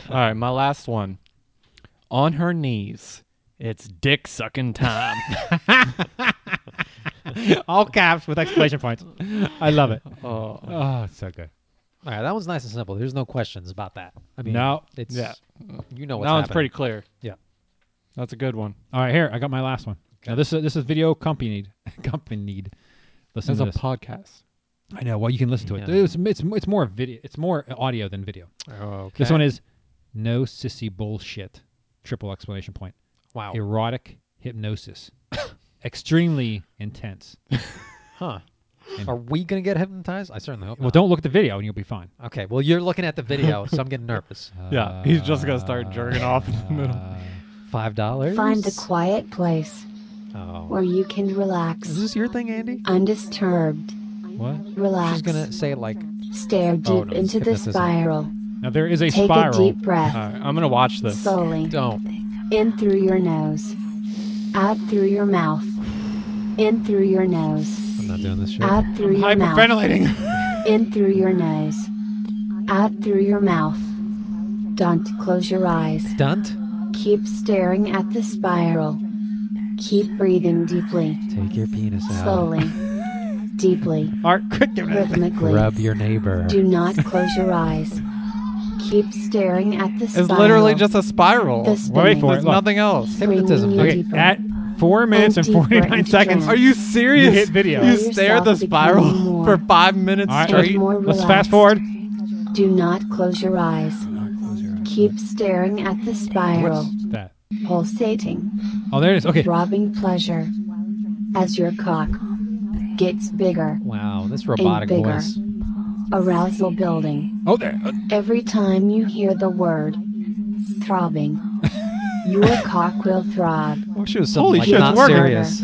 All right, my last one. On her knees, it's dick sucking time.
All caps with exclamation points. I love it.
oh,
Oh, it's so good.
All right, that one's nice and simple. There's no questions about that. I mean,
No.
it's
Yeah.
you know
that
what's
one's
happening.
pretty clear.
Yeah.
That's a good one.
All right, here I got my last one. Now this is this is video accompanied accompanied. Listen
That's
to
a
this.
podcast.
I know. Well, you can listen to it.
Yeah.
It's, it's it's more video. It's more audio than video.
Oh, okay.
This one is no sissy bullshit. Triple explanation point.
wow.
Erotic hypnosis. Extremely intense.
Huh.
And-
Are we going to get hypnotized? I certainly hope
Well,
Uh,
not.
don't look at the video and you'll be fine.
Okay, well, you're looking at the video, so I'm getting nervous.
Yeah, he's just gonna
Uh,
start jerking off in the middle.
Five dollars?
Find a quiet place
Oh.
where you can
Is
relax,
this your thing, Andy?
undisturbed.
What?
Relax.
She's going to say, like,
Stare deep
Oh, no,
into the
hypnotism.
spiral.
Now there is a
Take
spiral.
a deep breath,
All right, I'm gonna watch this.
slowly.
don't.
In through your nose, out through your mouth. In through your nose,
I'm not doing this shit.
out through your mouth.
Hyperventilating.
In through your nose, out through your mouth. Don't close your eyes.
Stunt?
Keep staring at the spiral. Keep breathing deeply,
Take your penis out.
slowly, deeply,
Art, quit giving it.
rhythmically.
Rub your neighbor.
Do not close your eyes. Keep staring at the
It's
spiral.
literally just a spiral.
The
There's
spinning,
Wait for it. Look.
nothing else.
bringing
hypnotism.
you
Okay,
deeper.
at four minutes and
deeper
49
into
seconds.
trance.
Are you serious?
hit video.
You
Feel
stare at the
yourself
spiral
becoming more
for five minutes
All right,
and
straight.
more
Let's
relaxed.
fast forward.
Do not close your eyes. Keep staring at the spiral,
What's that?
pulsating,
Oh, there it is. Okay.
throbbing pleasure as your cock gets bigger,
Wow, this robotic
bigger.
voice.
arousal building.
Oh, there.
Every time you hear the word throbbing, your cock will throb.
I wish it was something
Holy
like
Oh, shit, it's
not
working.
serious.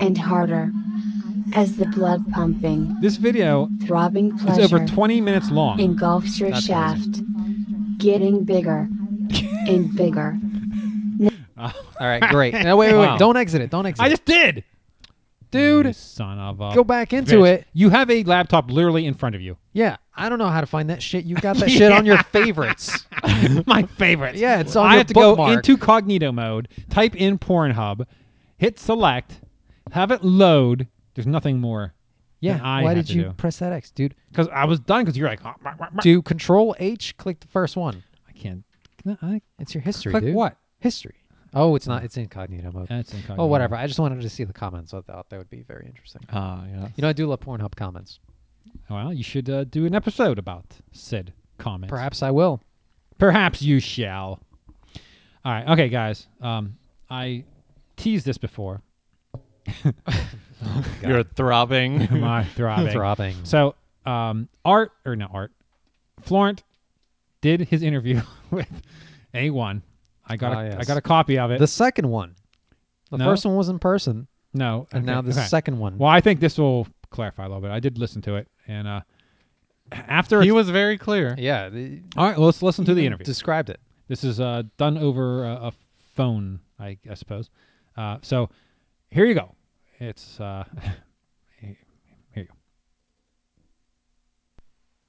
and harder. As the blood pumping,
This video
throbbing
is
pleasure
over 20 minutes long.
engulfs your
That's
shaft, getting bigger and bigger.
All right, great. No, wait, wait, wait.
Wow.
Don't exit it. Don't exit
I
it.
just did.
Dude,
You son of a.
go back into
bitch.
it.
You have a laptop literally in front of you.
Yeah, I don't know how to find that shit. You got that shit on your favorites.
My favorite.
Yeah, it's on
I
your
have to go
bookmark.
into cognito mode, type in Pornhub, hit select, have it load. There's nothing more.
Yeah.
than I
Why
had
did
to
you
do.
press that X, dude?
Because I was done. Because you're like, "Ah, rah, rah, rah."
Do Control H, click the first one.
I can't. No, I
It's your history,
click
dude.
what?
History. Oh, it's not. It's incognito mode.
That's
oh, whatever. I just wanted to see the comments. I thought that would be very interesting.
Ah, yeah.
You know, I do love Pornhub comments.
Well, you should uh, do an episode about said comments.
Perhaps I will.
Perhaps you shall. All right. Okay, guys. Um, I teased this before.
You're throbbing.
My throbbing.
Throbbing.
So, um, Art or not Art, Florent did his interview with A1. I got
Ah,
a, I
yes.
got a copy of it.
The second one. The
No.
first one was in person,
no,
and
okay,
now the
okay.
second one.
Well, I think this will clarify a little bit. I did listen to it, and uh, after
he was very clear.
Yeah. the-
all right, let's listen to the interview.
Described it.
This is uh, done over uh, a phone, I, I suppose. Uh, so here you go. It's uh, here you go.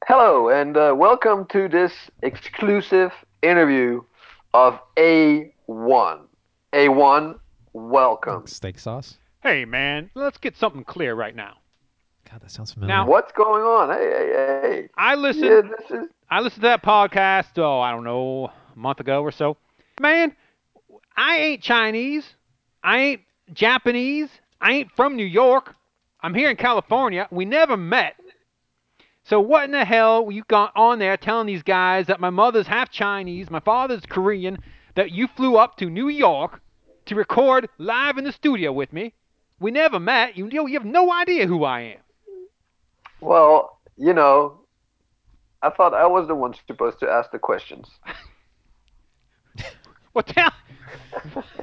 Hello, and uh, welcome to this exclusive interview of A1. A1, welcome.
Steak sauce.
Hey, man, let's get something clear right now.
God, that sounds familiar.
Now-
What's going on? Hey, hey, hey.
I listened,
Yeah, this is.
I listened to that podcast. Oh, I don't know, a month ago or so. Man, I ain't Chinese. I ain't Japanese. I ain't from New York. I'm here in California. We never met. So what in the hell you got on there telling these guys that my mother's half Chinese, my father's Korean, that you flew up to New York to record live in the studio with me? We never met. You, you have no idea who I am.
Well, you know, I thought I was the one supposed to ask the questions.
Well, tell.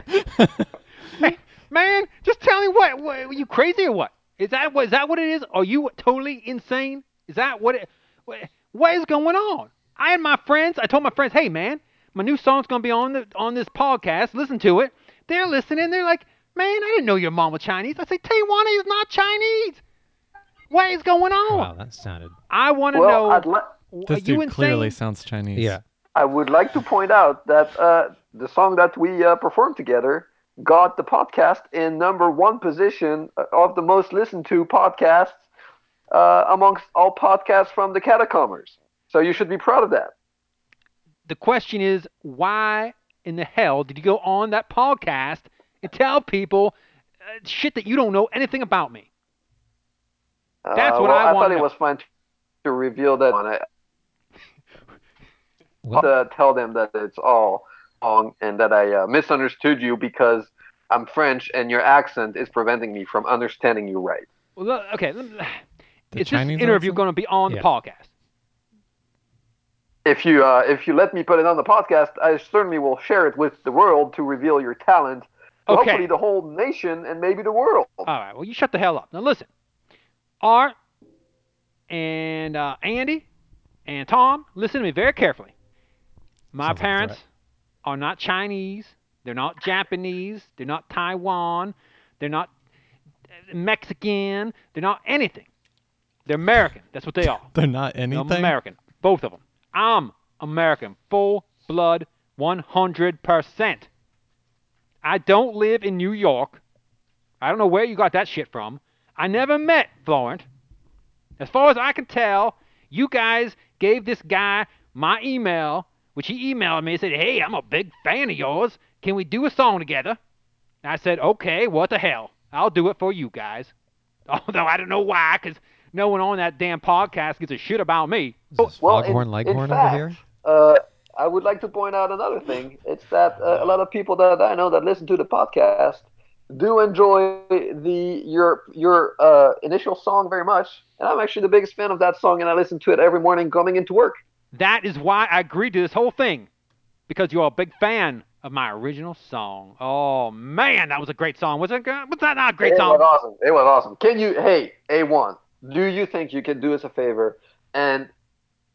hey, man, just tell me what, what? Are you crazy or what? Is that what? Is that what it is? Are you totally insane? Is that what? It, what, what is going on? I and my friends. I told my friends, hey, man, my new song's gonna be on the on this podcast. Listen to it. They're listening. They're like, man, I didn't know your mom was Chinese. I say, Taiwan is not Chinese. What is going on?
wow, that sounded.
I want to
Well, I'd
know.
li-
w-
This
are
dude
you insane?
clearly sounds Chinese.
Yeah.
I would like to point out that uh, the song that we uh, performed together got the podcast in number one position uh, of the most listened to podcasts uh, amongst all podcasts from the catacombers. So you should be proud of that.
the question is why in the hell did you go on that podcast and tell people uh, shit that you don't know anything about me? That's
Uh,
what
well,
I
I,
wanna
thought it
know.
was fine to, to reveal that one. I
Well-
to tell them that it's all wrong and that I uh, misunderstood you because I'm French and your accent is preventing me from understanding you right.
Well, le- okay, lem-
The
is
Chinese
this interview
accent?
going to be on
Yeah.
the podcast?
if you uh, if you let me put it on the podcast, I certainly will share it with the world to reveal your talent. to
Okay.
Hopefully, the whole nation and maybe the world.
All right. Well, you shut the hell up. Now listen, Art and uh, Andy and Tom, listen to me very carefully. My
Sounds like a
parents
threat.
are not Chinese. They're not Japanese. They're not Taiwan. They're not uh, Mexican. They're not anything. They're American. That's what they are.
They're not
I'm
anything.
American. Both of them. I'm American. Full blood, 100%. I don't live in New York. I don't know where you got that shit from. I never met Florent. As far as I can tell, you guys gave this guy my email, which he emailed me and said, Hey, I'm a big fan of yours. Can we do a song together? And I said, Okay, what the hell? I'll do it for you guys. Although I don't know why, 'cause no one on that damn podcast gives a shit about me.
Is this
Well,
Foghorn
in,
Leghorn
in
over
fact,
here?
Uh, I would like to point out another thing. It's that uh, a lot of people that I know that listen to the podcast do enjoy the your your uh, initial song very much, and I'm actually the biggest fan of that song, and I listen to it every morning coming into work.
That is why I agreed to this whole thing, because you're a big fan of my original song. Oh man, that was a great song. Was it? good? Was that not a great
it
song?
was awesome. It was awesome. Can you, hey, A1, do you think you can do us a favor and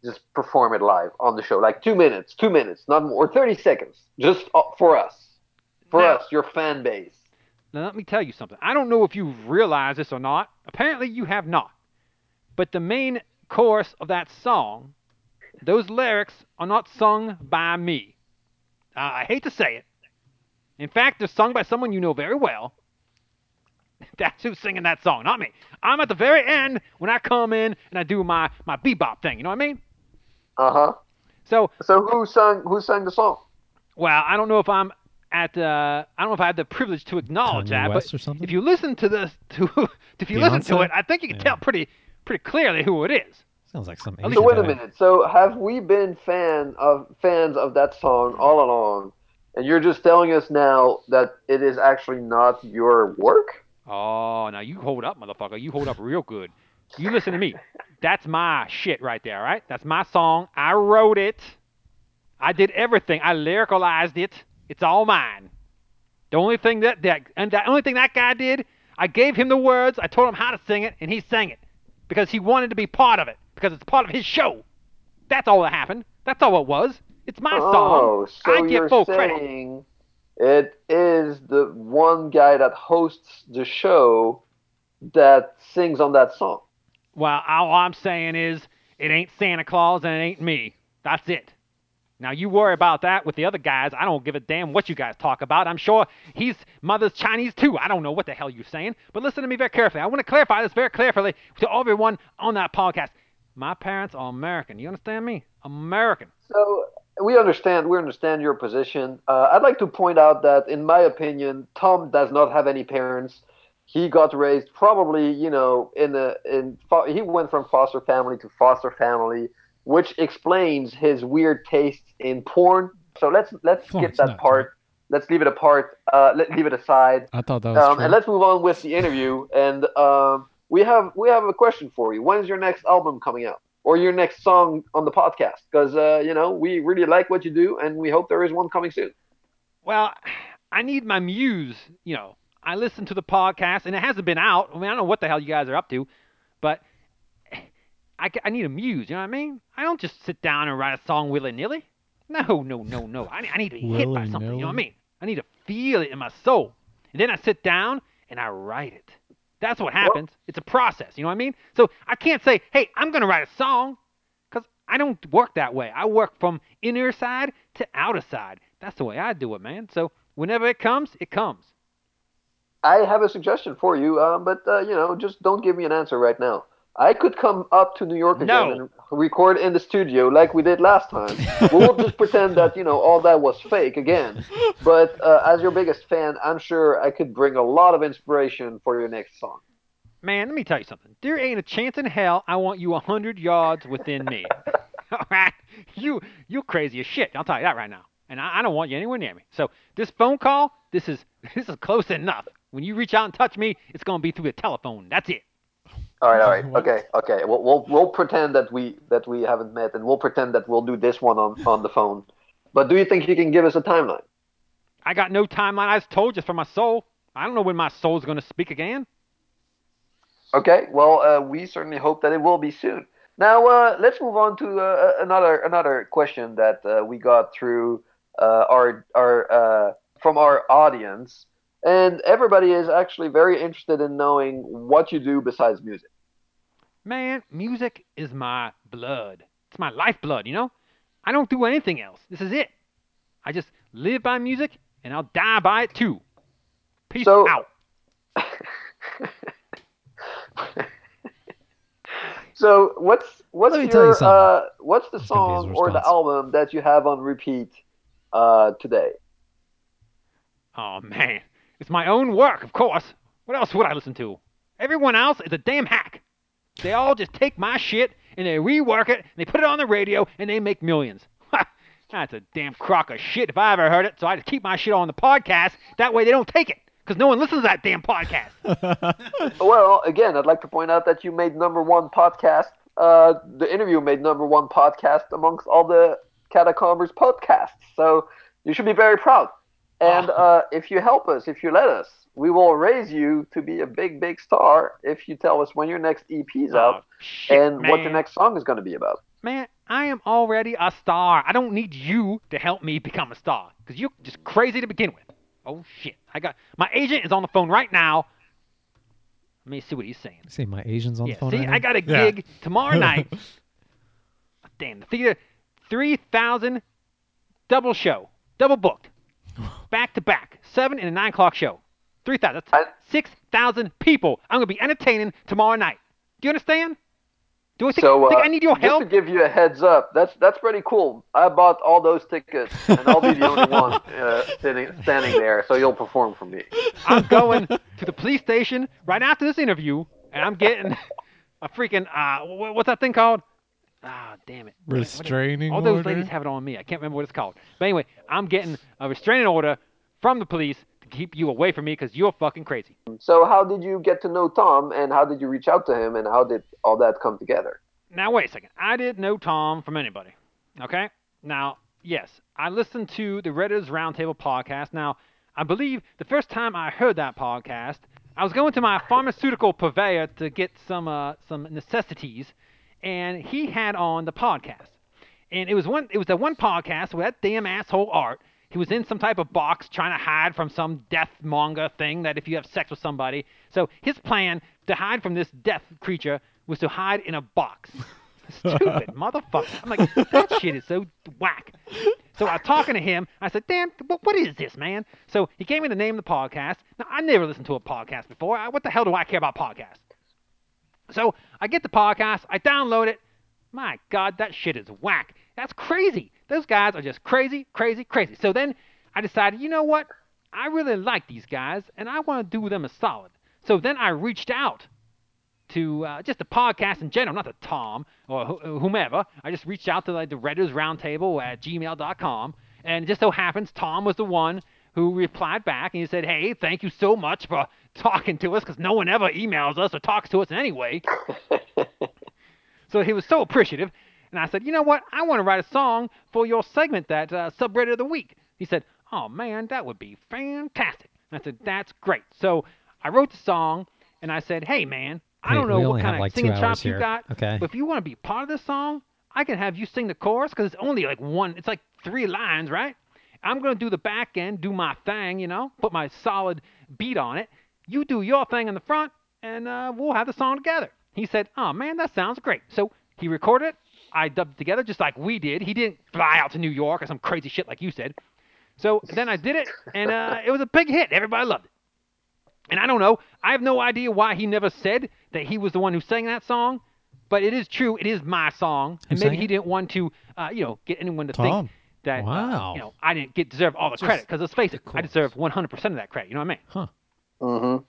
just perform it live on the show? Like two minutes, two minutes, not more, 30 seconds, just uh, for us. For
No.
us, your fan base.
Now let me tell you something. I don't know if you realize this or not. Apparently you have not. But the main chorus of that song, those lyrics are not sung by me. Uh, I hate to say it. In fact, they're sung by someone you know very well.
That's who's singing that song, not me. I'm at the very end when I come in and I do my my bebop thing. You know what I mean?
Uh huh.
So
So who sung who sang the song?
Well, I don't know if I'm at. Uh, I don't know if I have the privilege to acknowledge
Kanye
that.
West
but
or something?
if you listen to this, to if you listen to
Beyonce?
it, I think you can
Yeah.
tell pretty pretty clearly who it is.
Sounds like some.
least-
Asian
So wait a
guy.
minute. So have we been fan of fans of that song all along, and you're just telling us now that it is actually not your work?
Oh, now you hold up, motherfucker. You hold up real good. You listen to me. That's my shit right there, all right? That's my song. I wrote it. I did everything. I lyricalized it. It's all mine. The only thing that that and the only thing that guy did, I gave him the words. I told him how to sing it, and he sang it because he wanted to be part of it because it's part of his show. That's all that happened. That's all it was. It's my
Oh,
song.
so
I
you're
get full credit.
saying it is the one guy that hosts the show that sings on that song.
Well, all I'm saying is it ain't Santa Claus and it ain't me. That's it. Now you worry about that with the other guys. I don't give a damn what you guys talk about. I'm sure he's mother's Chinese too. I don't know what the hell you're saying, but listen to me very carefully. I want to clarify this very carefully to everyone on that podcast. My parents are American. You understand me? American.
So we understand. We understand your position. Uh, I'd like to point out that, in my opinion, Tom does not have any parents. He got raised probably, you know, in a in fo- he went from foster family to foster family, which explains his weird taste in porn. So let's let's
Well,
skip
it's
that
not,
part. Let's leave it apart. Uh, let leave it aside.
I thought that was
Um, and let's move on with the interview. And um, we have we have a question for you. When's your next album coming out, or your next song on the podcast? Because uh, you know we really like what you do, and we hope there is one coming soon.
Well, I need my muse. You know, I listen to the podcast, and it hasn't been out. I mean, I don't know what the hell you guys are up to, but I, I need a muse. You know what I mean? I don't just sit down and write a song willy nilly. No, no, no, no. I, I need to be hit by something. You know
Willy-nilly?
what I mean? I need to feel it in my soul, and then I sit down and I write it. That's what happens. It's a process. You know what I mean? So I can't say, hey, I'm gonna write a song because I don't work that way. I work from inner side to outer side. That's the way I do it, man. So whenever it comes, it comes.
I have a suggestion for you, um, but uh, you know just don't give me an answer right now. I could come up to New York again
No.
and record in the studio like we did last time. we'll just pretend that you know all that was fake again. But uh, as your biggest fan, I'm sure I could bring a lot of inspiration for your next song.
Man, let me tell you something. There ain't a chance in hell I want you a hundred yards within me. All right, you you crazy as shit. I'll tell you that right now. And I, I don't want you anywhere near me. So this phone call, this is this is close enough. When you reach out and touch me, it's gonna be through the telephone. That's it.
All right, all right, okay, okay. We'll, we'll we'll pretend that we that we haven't met, and we'll pretend that we'll do this one on on the phone. But do you think you can give us a timeline?
I got no timeline. I just told you it's for my soul. I don't know when my soul's gonna speak again.
Okay, well, uh, we certainly hope that it will be soon. Now, uh, let's move on to uh, another another question that uh, we got through uh, our our uh, from our audience, and everybody is actually very interested in knowing what you do besides music.
Man, music is my blood. It's my lifeblood, you know? I don't do anything else. This is it. I just live by music and I'll die by it too. Peace
So-
out.
So what's what's
Let me tell you
your
something.
uh, what's the
That's gonna be his
song or the
response.
album that you have on repeat uh, today?
Oh man. It's my own work, of course. What else would I listen to? Everyone else is a damn hack. They all just take my shit and they rework it and they put it on the radio and they make millions. Ha! That's a damn crock of shit if I ever heard it, so I just keep my shit on the podcast. That way they don't take it. Because no one listens to that damn podcast.
Well, again, I'd like to point out that you made number one podcast. Uh, the interview made number one podcast amongst all the Catacombers podcasts. So you should be very proud.
Ah.
And uh, if you help us, if you let us, we will raise you to be a big, big star if you tell us when your next EP is
Oh,
out
shit,
and what your
man.
next song is going to be about.
Man, I am already a star. I don't need you to help me become a star because you're just crazy to begin with. Oh shit! I got my agent is on the phone right now. Let me see what he's saying.
See, my Asians on
Yeah,
the phone.
see,
right now?
I got a
Yeah.
gig tomorrow night. Damn, the theater, three thousand, double show, double booked, back to back, seven and a nine o'clock show, three thousand.
I-
That's six thousand people. I'm gonna be entertaining tomorrow night. Do you understand? Do I think,
So uh,
think I need your
just
help?
to give you a heads up, that's that's pretty cool. I bought all those tickets, and I'll be the only one uh, sitting standing there. So you'll perform for me.
I'm going to the police station right after this interview, and I'm getting a freaking uh, wh- what's that thing called? Ah, damn it! What- what is-
Restraining
All those
order?
ladies have it on me. I can't remember what it's called. But anyway, I'm getting a restraining order from the police to keep you away from me because you're fucking crazy.
So how did you get to know Tom, and how did you reach out to him, and how did all that come together?
Now wait a second. I didn't know Tom from anybody. Okay. Now yes, I listened to the Redditors Roundtable podcast. Now I believe the first time I heard that podcast, I was going to my pharmaceutical purveyor to get some uh, some necessities, and he had on the podcast. And it was one it was that one podcast where that damn asshole Art he was in some type of box trying to hide from some death monger thing that if you have sex with somebody. So his plan to hide from this death creature was to hide in a box. Stupid motherfucker. I'm like, that shit is so whack. So I'm talking to him. I said, Dan, what, what is this, man? So he gave me the name of the podcast. Now, I never listened to a podcast before. I, what the hell do I care about podcasts? So I get the podcast, I download it. My God, that shit is whack. That's crazy. Those guys are just crazy, crazy, crazy. So then I decided, you know what? I really like these guys and I want to do them a solid. So then I reached out to uh, just the podcast in general, not to Tom or wh- whomever. I just reached out to like the Redditors Roundtable at gmail.com, and it just so happens Tom was the one who replied back and he said, "Hey, thank you so much for talking to us, because no one ever emails us or talks to us in any way." so he was so appreciative, and I said, "You know what? I want to write a song for your segment that uh, subreddit of the week." He said, "Oh man, that would be fantastic." And I said, "That's great." So I wrote the song, and I said, "Hey man." I
Hey,
don't know
we
what
only have,
kind of
like, two
singing
hours
chops you
here.
got,
Okay.
but if you want to be part of this song, I can have you sing the chorus because it's only like one. It's like three lines, right? I'm gonna do the back end, do my thing, you know, put my solid beat on it. You do your thing in the front, and uh, we'll have the song together. He said, "Oh man, that sounds great." So he recorded it. I dubbed it together just like we did. He didn't fly out to New York or some crazy shit like you said. So then I did it, and uh, it was a big hit. Everybody loved it. And I don't know. I have no idea why he never said that he was the one who sang that song, but it is true. It is my song, and maybe
sang
he
it?
didn't want to, uh, you know, get anyone to
Tom.
think that uh,
Wow.
you know I didn't get deserve all the credit because let's face it, I
chorus.
deserve 100% of that credit. You know what I mean?
Mm-hmm.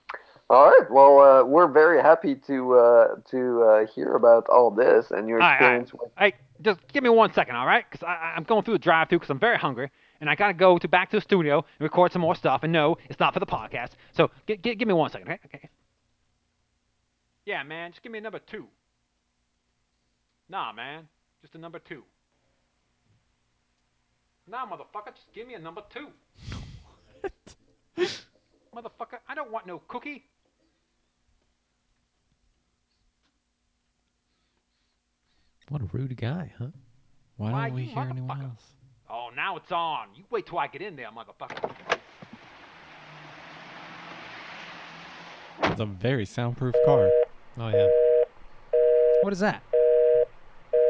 All right. Well, uh, we're very happy to uh, to uh, hear about all this and your
All right, all right.
experience with.
Hey, just give me one second, all right? Because I'm going through the drive-through because I'm very hungry, and I gotta go to back to the studio and record some more stuff. And no, it's not for the podcast. So g- g- give me one second, okay? okay? Yeah, man, just give me a number two. Nah, man, just a number two. Nah, motherfucker, just give me a number two. motherfucker, I don't want no cookie.
What a rude guy, huh?
Why,
Why,
don't we
you
hear anyone
motherfucker.
else?
Oh, now it's on. You wait till I get in there, motherfucker.
It's a very soundproof car.
Oh yeah. What is that?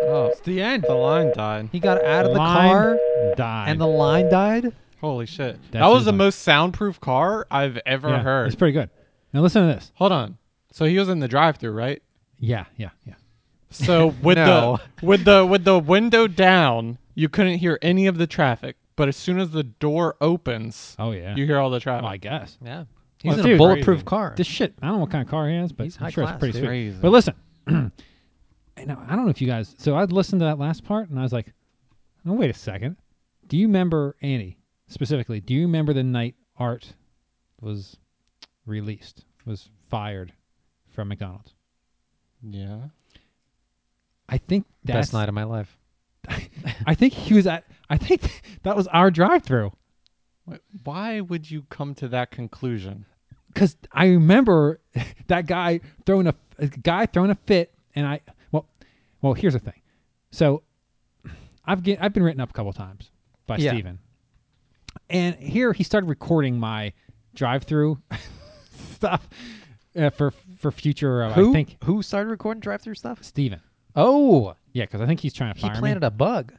Oh, it's the end. The line died.
He got out of the
Line
car
died.
and the line died.
Holy shit.
That's
that was
his
the
line.
most soundproof car I've ever
yeah,
heard.
It's pretty good. Now listen to this.
Hold on. So he was in the drive-through, right?
Yeah, yeah, yeah.
So with
No.
the with the with the window down, you couldn't hear any of the traffic. But as soon as the door opens,
Oh yeah.
you hear all the traffic.
well, I guess.
Yeah. He's
Well,
in a
dude,
bulletproof
crazy.
car.
This shit, I don't know what kind of car he has, but
He's
I'm
high
sure it's
class,
pretty
dude.
sweet.
Crazy.
But listen, and now, I don't know if you guys. So I listened to that last part, and I was like, "Oh, wait a second. Do you remember Annie specifically? Do you remember the night Art was released, was fired from McDonald's?
yeah.
I think that's
Best night of my life.
I think he was at. I think that was our drive-through
Wait, why would you come to that conclusion?
because I remember that guy throwing a, a guy throwing a fit, and I well, well here's the thing. So I've get, I've been written up a couple times by
Yeah.
Steven. and here he started recording my drive-through stuff uh, for for future. Uh, I
Who
think
who started recording drive-through stuff?
Steven.
Oh,
yeah, because I think he's trying to
he
fire me.
planted a bug.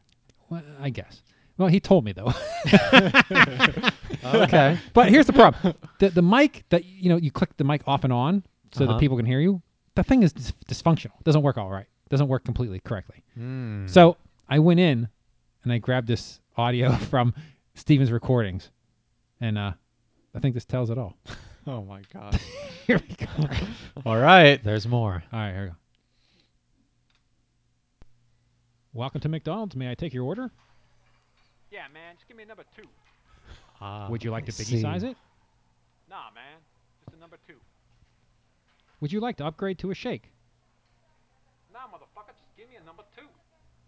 Well, I guess. Well, he told me though.
Okay.
But here's the problem: the the mic that you know you click the mic off and on so that
Uh-huh.
people can hear you. The thing is dis- dysfunctional. Doesn't work all right. Doesn't work completely correctly.
Hmm.
So I went in and I grabbed this audio from Steven's recordings, and uh, I think this tells it all.
Oh my god.
here we go. All
All right.
There's more.
right, here we go. Welcome to McDonald's. May I take your order?
Yeah, man, just give me a number two.
Would you like to
I
biggie size
see.
it?
Nah, man, just a number two.
Would you like to upgrade to a shake?
Nah, motherfucker, just give me a number two.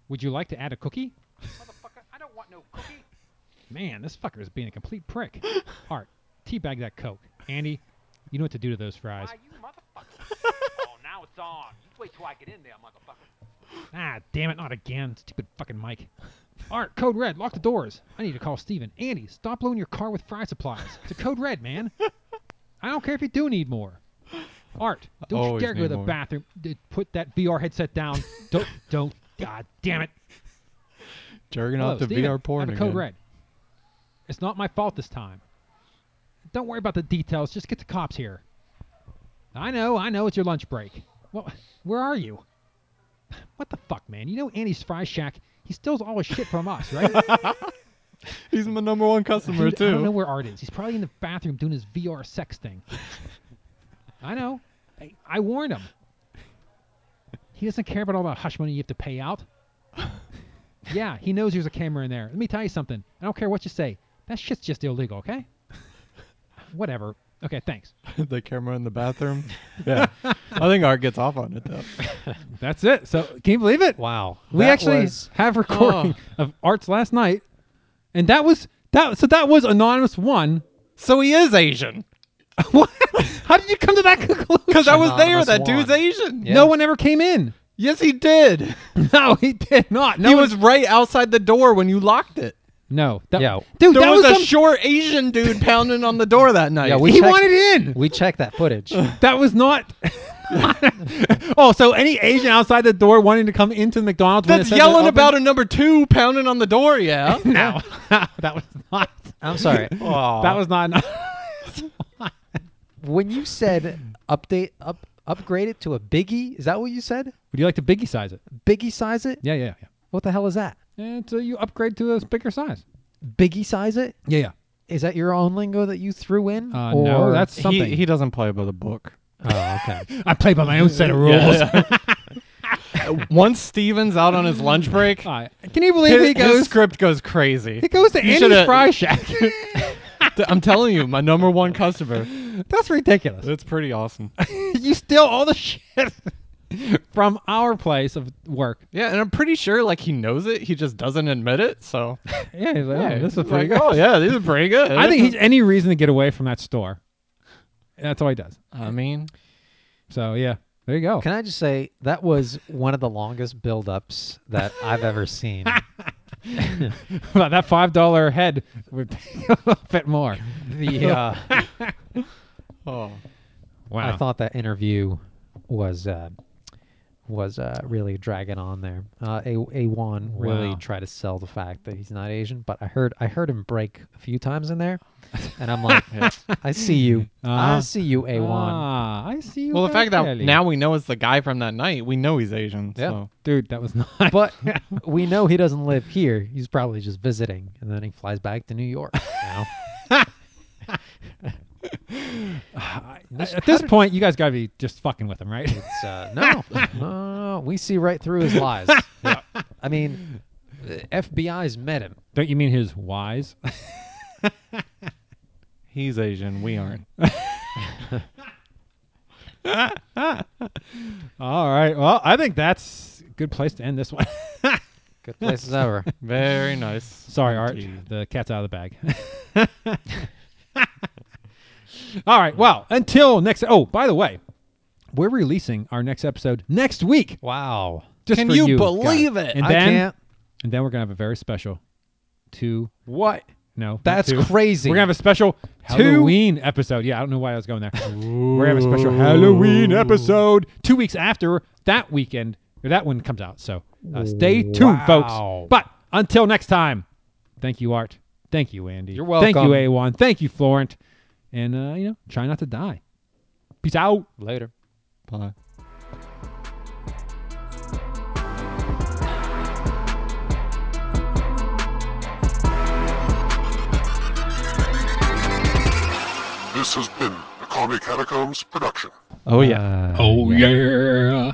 Would you like to add a cookie?
Motherfucker, I don't want no cookie.
Man, this fucker is being a complete prick. Art, teabag that Coke. Andy, you know what to do to those fries.
Why, you motherfucker? oh, now it's on. You wait till I get in there, motherfucker.
Ah, damn it, not again. Stupid fucking Mike. Art, code red, lock the doors. I need to call Steven. Andy, stop blowing your car with fry supplies. It's a code red, man. I don't care if you do need more. Art, don't
Always
you dare go to
need
the
more.
bathroom. D- Put that VR headset down. don't, don't. God damn it.
Jerking
Hello,
off the
Steven.
VR
I
porn
have a
again.
code red. It's not my fault this time. Don't worry about the details. Just get the cops here. I know, I know. It's your lunch break. Well, where are you? What the fuck, man? You know Andy's Fry Shack. He steals all his shit from us, right?
He's my number one customer
Dude, I don't know
too.
where Art is. He's probably in the bathroom doing his VR sex thing. I know. I, I warned him. He doesn't care about all that hush money you have to pay out. yeah, he knows there's a camera in there. Let me tell you something. I don't care what you say. That shit's just illegal, okay? Whatever. Okay, thanks.
the camera in the bathroom. Yeah. I think Art gets off on it though.
That's it. So, can you believe it?
Wow.
we
That
actually
was-
have recording of Art's last night, and that was that. So that was anonymous one.
So he is Asian.
what? How did you come to that conclusion?
Because I was there.
Anonymous
That dude's
one.
Asian.
No one ever came in.
Yes, he did.
No, he did not. No,
he
one-
was right outside the door when you locked it.
no, that,
Yeah.
dude,
There
that
was,
was,
a
some,
short Asian dude pounding on the door that night.
Yeah, we
he
checked-
wanted in.
We checked that footage.
That was not. oh, so any Asian outside the door wanting to come into the McDonald's when it
that's
said
yelling
they're
about a number two pounding on the door. Yeah.
open? No, that was not.
I'm sorry.
That was not.
when you said update up upgrade it to a biggie, is that what you said?
Would you like to biggie size it?
Biggie size it?
Yeah, yeah, yeah.
What the hell is that?
And so you upgrade to a bigger size.
Biggie size it?
Yeah, yeah.
Is that your own lingo that you threw in?
Uh, no,
Or-
that's something.
He, he doesn't play by the book.
Oh, okay.
I play by my own set of rules.
Once Steven's out on his lunch break,
All right. Can you believe
his,
he
his
goes?
script goes crazy.
He goes to
You
Andy's
shoulda-
Fry Shack.
I'm telling you, my number one customer.
that's ridiculous.
That's pretty awesome.
you steal all the shit from our place of work.
Yeah, and I'm pretty sure like he knows it. He just doesn't admit it. So
Yeah, he's like, oh, this is
He's
pretty
like,
good.
Oh yeah, this is pretty good.
I think he's any reason to get away from that store. That's all he does.
I mean,
So yeah, there you go.
Can I just say that was one of the longest build-ups that I've ever seen.
About that five dollar head would a little bit more.
the uh,
oh,
Wow.
I thought that interview was uh, was uh, really dragging on there. Uh, A A1 really
Wow.
tried to sell the fact that he's not Asian, but I heard I heard him break a few times in there, and I'm like, I see you,
Uh-huh.
I see you, A1.
Ah, I see. you
well, the fact that
clearly.
now we know it's the guy from that night, we know he's Asian.
Yeah.
So.
dude, that was not.
But we know he doesn't live here. He's probably just visiting, and then he flies back to New York. You know?
at at this point, you guys gotta be just fucking with him, right?
It's, uh, no, no, no, no, we see right through his lies. I mean, the FBI's met him.
Don't you mean his wise?
He's Asian. We aren't.
all right. Well, I think that's a good place to end this one.
Good place as ever.
Very nice.
Sorry, Art. The cat's out of the bag. All right. Well, until next. Oh, by the way, we're releasing our next episode next week.
Wow.
Just
Can
for
you
you
believe
guys.
it?
And
I
then,
can't.
and then we're gonna have a very special two.
What?
No, not
That's
two.
crazy.
We're gonna have a special Halloween episode. Yeah, I don't know why I was going there. we're gonna have a special Halloween episode two weeks after that weekend. Or that one comes out. So uh, stay tuned, folks. But until next time, Thank you, Art. Thank you, Andy.
You're
Thank
welcome.
you, A1. Thank you, Florent. And, uh, you know, try not to die. Peace out.
Later.
Bye.
This has been a Comic Catacombs production.
Oh yeah.
Uh,
Oh yeah.